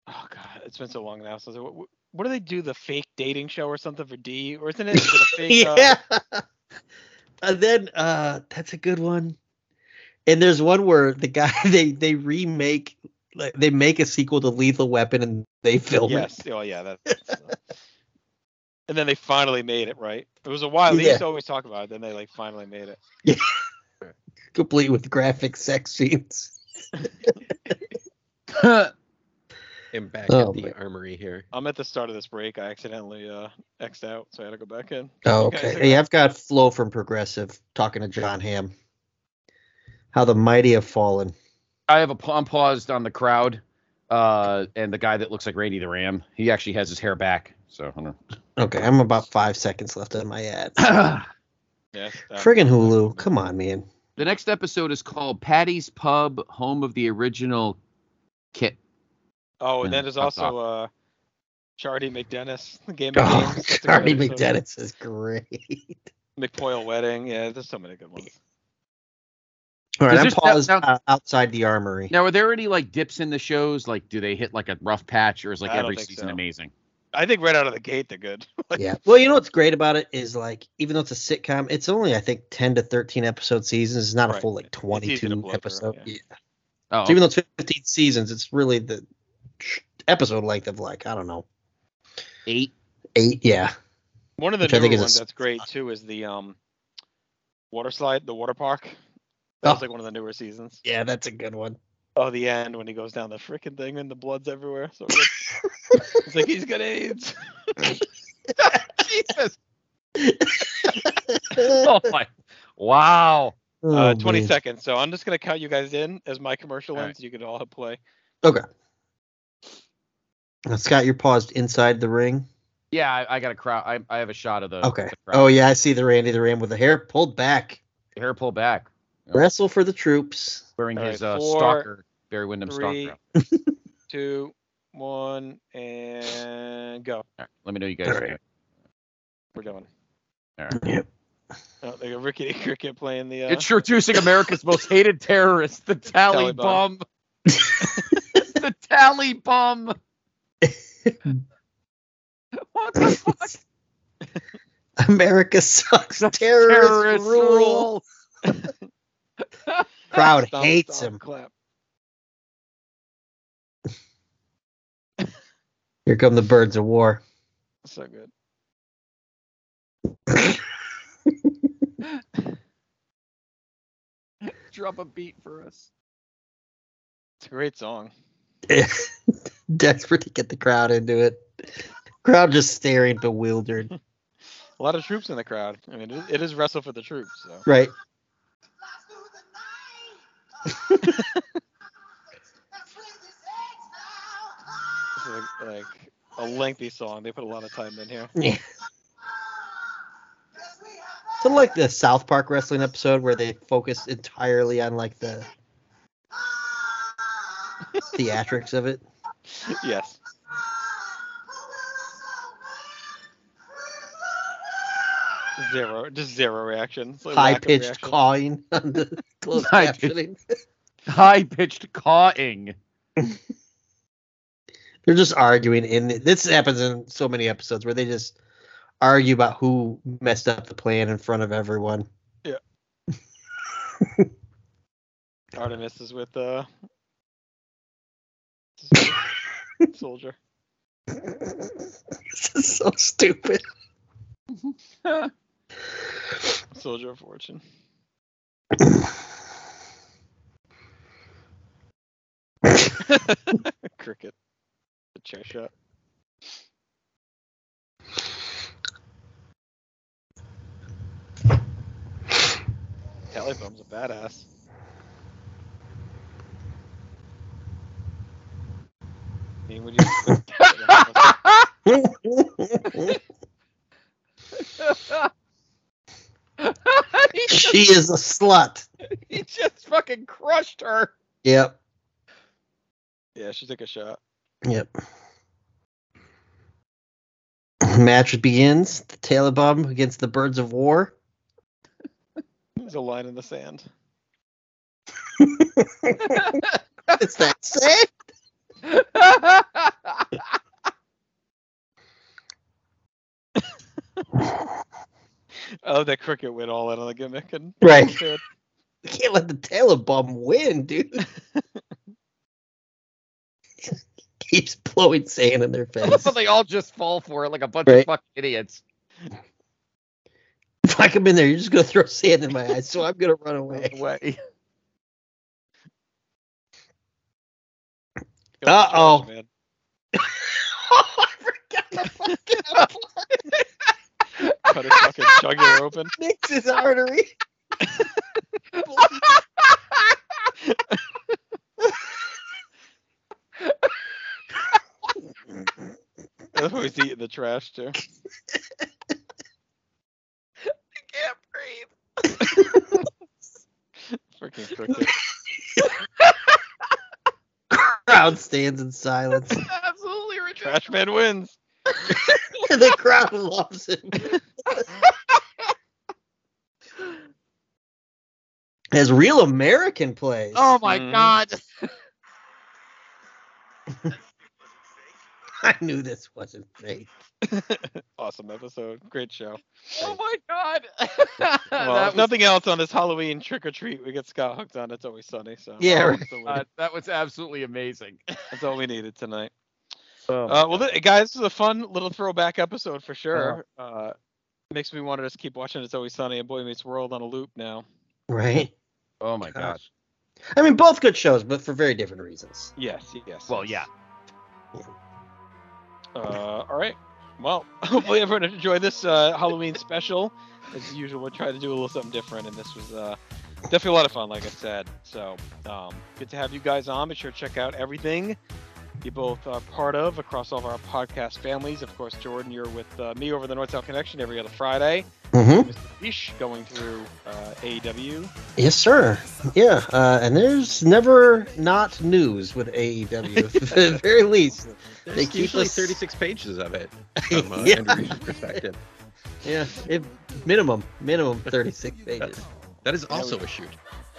Speaker 6: oh god it's been so long now since I, what, what do they do the fake dating show or something for d or isn't it, is it a fake uh,
Speaker 10: yeah. and then uh, that's a good one. And there's one where the guy they they remake like, they make a sequel to Lethal Weapon and they film
Speaker 6: yes.
Speaker 10: it.
Speaker 6: Oh yeah. That, and then they finally made it, right? It was a while. They
Speaker 10: Yeah.
Speaker 6: used to always talk about it. Then they like finally made it.
Speaker 10: complete with graphic sex scenes.
Speaker 9: I'm back
Speaker 10: Oh,
Speaker 9: at the
Speaker 10: man.
Speaker 9: armory here.
Speaker 6: I'm at the start of this break. I accidentally uh xed out, so I had to go back in.
Speaker 10: Oh,
Speaker 6: You guys
Speaker 10: okay.
Speaker 6: are-
Speaker 10: Hey, I've got Flo from Progressive talking to John Hamm. How the mighty have fallen.
Speaker 8: I have a pa- I'm paused on the crowd, uh, and the guy that looks like Randy the Ram. He actually has his hair back. So I don't know.
Speaker 10: Okay, I'm about five seconds left on my ad.
Speaker 6: Yes.
Speaker 10: Friggin' Hulu, come on, man.
Speaker 8: The next episode is called Patty's Pub, home of the original Kit.
Speaker 6: Oh, and
Speaker 8: Yeah,
Speaker 6: then there's
Speaker 8: fucked
Speaker 6: also uh Chardy McDennis, the game. of
Speaker 10: Oh,
Speaker 6: Games. That's a
Speaker 10: Charlie
Speaker 6: great episode.
Speaker 10: McDennis is great.
Speaker 6: McPoyle wedding. Yeah, there's so many good ones.
Speaker 10: All right,
Speaker 8: Is
Speaker 10: I'm
Speaker 8: this-
Speaker 10: paused
Speaker 8: now-
Speaker 10: uh, outside the armory.
Speaker 8: Now, are there any like dips in the shows? Like, do they hit like a rough patch, or is like
Speaker 6: I don't
Speaker 8: every
Speaker 6: think
Speaker 8: season
Speaker 6: so.
Speaker 8: amazing?
Speaker 6: I think right out of the gate they're good. Like,
Speaker 10: Yeah. Well, you know what's great about it is like, even though it's a sitcom, it's only I think ten to thirteen episode seasons. It's not a
Speaker 6: Right.
Speaker 10: full like
Speaker 6: easy to
Speaker 10: twenty-two
Speaker 6: blow through,
Speaker 10: episode. yeah.
Speaker 8: Oh,
Speaker 10: So even though it's fifteen seasons, it's really the episode length of like I don't know,
Speaker 8: eight.
Speaker 10: Eight, yeah.
Speaker 6: One of the
Speaker 10: Which I
Speaker 6: newer
Speaker 10: think is a
Speaker 6: ones
Speaker 10: s-
Speaker 6: that's great too is the um water slide, the water park. That
Speaker 10: Oh.
Speaker 6: was like one of the newer seasons.
Speaker 10: Yeah, that's a good one.
Speaker 6: Oh, the end when he goes down the freaking thing and the blood's everywhere. So good. it's like he's got AIDS.
Speaker 8: Jesus. oh my! Wow.
Speaker 10: Oh,
Speaker 6: uh, 20 seconds. So I'm just gonna count you guys in as my commercial ends. You can all hit play.
Speaker 10: Okay. Now, Scott, you're paused inside the ring.
Speaker 8: Yeah, I, I got a crowd. I, I have a shot of the
Speaker 10: Okay.
Speaker 8: the crowd.
Speaker 10: Oh yeah, I see the Randy the Ram with the hair pulled back.
Speaker 8: hair pulled back,
Speaker 10: Wrestle for the troops.
Speaker 8: wearing his
Speaker 6: All right,
Speaker 8: uh,
Speaker 6: four,
Speaker 8: stalker Barry Windham
Speaker 6: three,
Speaker 8: stalker. outfit.
Speaker 6: Two, one, and go.
Speaker 8: All right, let me know you guys. are doing it.
Speaker 6: We're going.
Speaker 8: All right.
Speaker 6: Oh, they got Ricky Cricket playing the. Uh,
Speaker 8: It's introducing America's most hated terrorist, the tally,
Speaker 6: Taliban.
Speaker 8: bum. the tally bum. what the fuck?
Speaker 10: America sucks. Terrorist,
Speaker 8: Terrorist
Speaker 10: rule.
Speaker 8: rule.
Speaker 10: Crowd
Speaker 6: Stomp,
Speaker 10: hates
Speaker 6: stomp,
Speaker 10: him.
Speaker 6: Clap.
Speaker 10: Here come the birds of war.
Speaker 6: So good.
Speaker 8: Drop a beat for us.
Speaker 6: It's a great song.
Speaker 10: Desperate to get the crowd into it. Crowd just staring, bewildered.
Speaker 6: A lot of troops in the crowd. I mean, it, it is wrestle for the troops. So.
Speaker 10: Right.
Speaker 6: This is like, like a lengthy song. They put a lot of time in here.
Speaker 10: Yeah. So like the South Park wrestling episode where they focused entirely on like the theatrics of it.
Speaker 6: yes. Zero, just zero reaction. It's like
Speaker 10: High
Speaker 6: lack of
Speaker 10: pitched
Speaker 6: reaction.
Speaker 10: cawing on the closed
Speaker 8: High-pitched-
Speaker 10: captioning.
Speaker 8: High pitched cawing.
Speaker 10: They're just arguing in this happens in so many episodes where they just argue about who messed up the plan in front of everyone.
Speaker 6: Artemis is with uh soldier.
Speaker 10: This is so stupid.
Speaker 6: Soldier of Fortune. Cricket. The chair shot. Tally Bum's a badass. I mean, would you
Speaker 10: she is a slut.
Speaker 8: He just fucking crushed her.
Speaker 10: Yep.
Speaker 6: Yeah, she took a shot.
Speaker 10: Yep. Match begins. The Talibum against the Birds of War.
Speaker 6: There's a line in the sand.
Speaker 10: It's that sad.
Speaker 6: Oh, that cricket went all in on the gimmick and
Speaker 10: Right. You can't let the Talibum win, dude. keeps blowing sand in their face.
Speaker 8: so they all just fall for it like a bunch of
Speaker 10: Right.
Speaker 8: fucking idiots.
Speaker 10: if I come in there, you're just gonna throw sand in my eyes, so I'm gonna run away. Uh oh.
Speaker 6: Cut his fucking jugular open.
Speaker 10: Nicks his artery.
Speaker 6: That's why Oh, he's eating the trash too. Freaking cricket.
Speaker 10: Crowd stands in silence.
Speaker 8: Absolutely ridiculous.
Speaker 6: Trash man wins.
Speaker 10: the crowd loves him. As real American plays.
Speaker 8: Oh my
Speaker 10: Mm-hmm.
Speaker 8: god.
Speaker 10: I knew this wasn't fake.
Speaker 6: Awesome episode. Great show.
Speaker 8: Oh my god.
Speaker 6: Well,
Speaker 8: That
Speaker 6: if
Speaker 8: was-
Speaker 6: nothing else on this Halloween trick or treat, we get Scott hooked on It's Always Sunny. So
Speaker 10: Yeah,
Speaker 6: Oh,
Speaker 10: right.
Speaker 6: that's the win.
Speaker 8: Uh, that was absolutely amazing.
Speaker 6: That's all we needed tonight.
Speaker 10: Oh
Speaker 6: uh, well, th- guys, this is a fun little throwback episode for sure.
Speaker 10: Uh-huh.
Speaker 6: Uh, makes me want to just keep watching It's Always Sunny and Boy Meets World on a loop now.
Speaker 10: Right?
Speaker 8: Oh my
Speaker 10: gosh. I mean, both good shows, but for very different reasons.
Speaker 6: Yes, yes.
Speaker 8: Well, yeah.
Speaker 6: Uh, all right. Well, hopefully everyone enjoyed this uh, Halloween special. As usual, we'll try to do a little something different, and this was uh, definitely a lot of fun, like I said. So, um, good to have you guys on. Be sure to check out everything you both are part of across all of our podcast families. Of course, Jordan, you're with uh, me over the North South Connection every other Friday.
Speaker 10: Mm-hmm.
Speaker 6: Mr. Ish going through uh, AEW.
Speaker 10: Yes, sir. Yeah, uh, and there's never not news with AEW. At the very least,
Speaker 9: There's
Speaker 10: they keep
Speaker 9: usually
Speaker 10: us-
Speaker 9: 36 pages of it from uh,
Speaker 10: Yeah.
Speaker 9: Andrew Reese's perspective.
Speaker 10: Yeah, it, minimum, minimum 36 pages.
Speaker 9: That is also a shoot.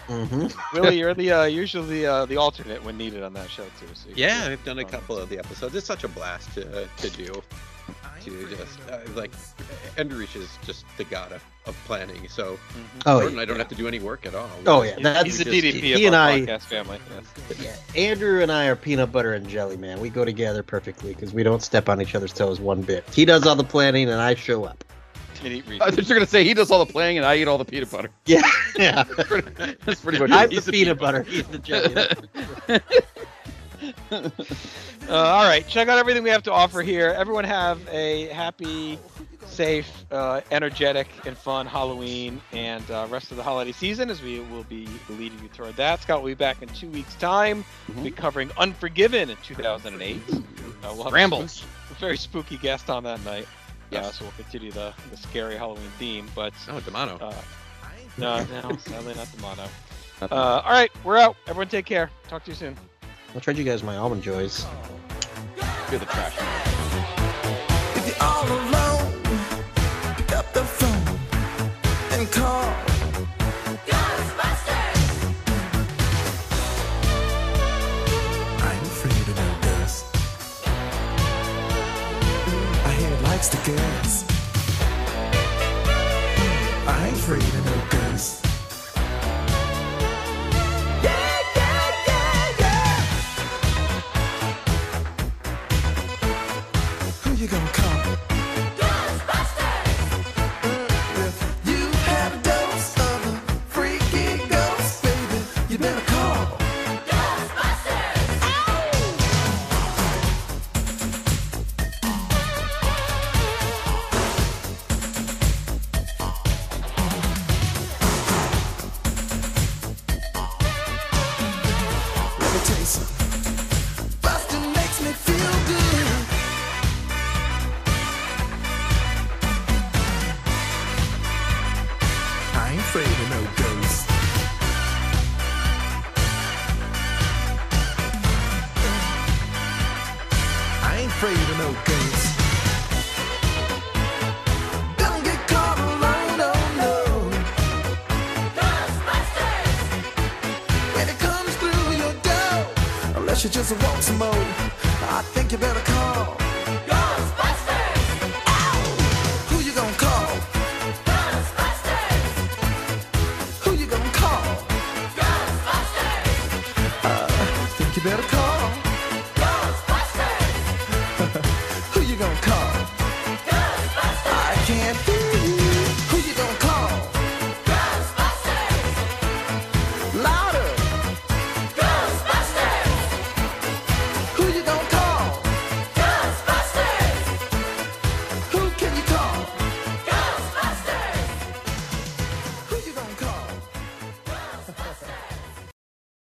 Speaker 10: Mm-hmm.
Speaker 6: Willie, you're the uh, usually the uh, the alternate when needed on that show too. So you can
Speaker 9: Yeah,
Speaker 6: do-
Speaker 9: I've done a couple of the episodes. It's such a blast to, uh, to do. To just uh, like Andrew Reese is just the god of, of planning. So
Speaker 10: Oh,
Speaker 9: Jordan,
Speaker 10: yeah.
Speaker 9: I don't have to do any work at all.
Speaker 10: Oh, yeah,
Speaker 9: He's-
Speaker 10: that's-
Speaker 9: he's
Speaker 6: He's the
Speaker 9: just-
Speaker 6: DDP
Speaker 10: he
Speaker 6: of
Speaker 10: and
Speaker 6: our
Speaker 10: I-
Speaker 6: podcast family. Yes.
Speaker 10: Andrew and I are peanut butter and jelly, man. We go together perfectly because we don't step on each other's toes one bit. He does all the planning, and I show up.
Speaker 6: And eat Reese's.
Speaker 8: I was just gonna say he does all the playing and I eat all the peanut butter.
Speaker 10: Yeah, yeah.
Speaker 8: That's pretty much.
Speaker 10: I'm
Speaker 8: it. He's
Speaker 10: the peanut butter. He's the jelly.
Speaker 6: Uh, all right, check out everything we have to offer here. Everyone have a happy, safe, uh, energetic, and fun Halloween and uh, rest of the holiday season as we will be leading you toward that. Scott will be back in two weeks' time. We'll be covering Unforgiven in 2008. Uh, we'll have a
Speaker 8: Scrambles.
Speaker 6: spook- A very spooky guest on that night. Uh, so we'll continue the, the scary Halloween theme. But
Speaker 9: Oh, Demano.
Speaker 6: Uh, no, no, sadly not the mono. Uh, all right, we're out. Everyone take care. Talk to you soon.
Speaker 10: I'll trade you guys my almond joys.
Speaker 8: You're the trash.
Speaker 4: If you're all alone, pick up the phone and call. Ghostbusters!
Speaker 12: I'm free to know this. I hear it likes to guess. I'm free to know this. Who you gonna call? Ghostbusters! You have a dose of a freaky ghost, baby. You better call. Let me tell you something. Bustin' makes me feel good. I ain't afraid of no ghosts. I ain't afraid of no ghosts. Don't get caught alone, oh no. when it comes through your door. Unless you just want some more, I think you better call.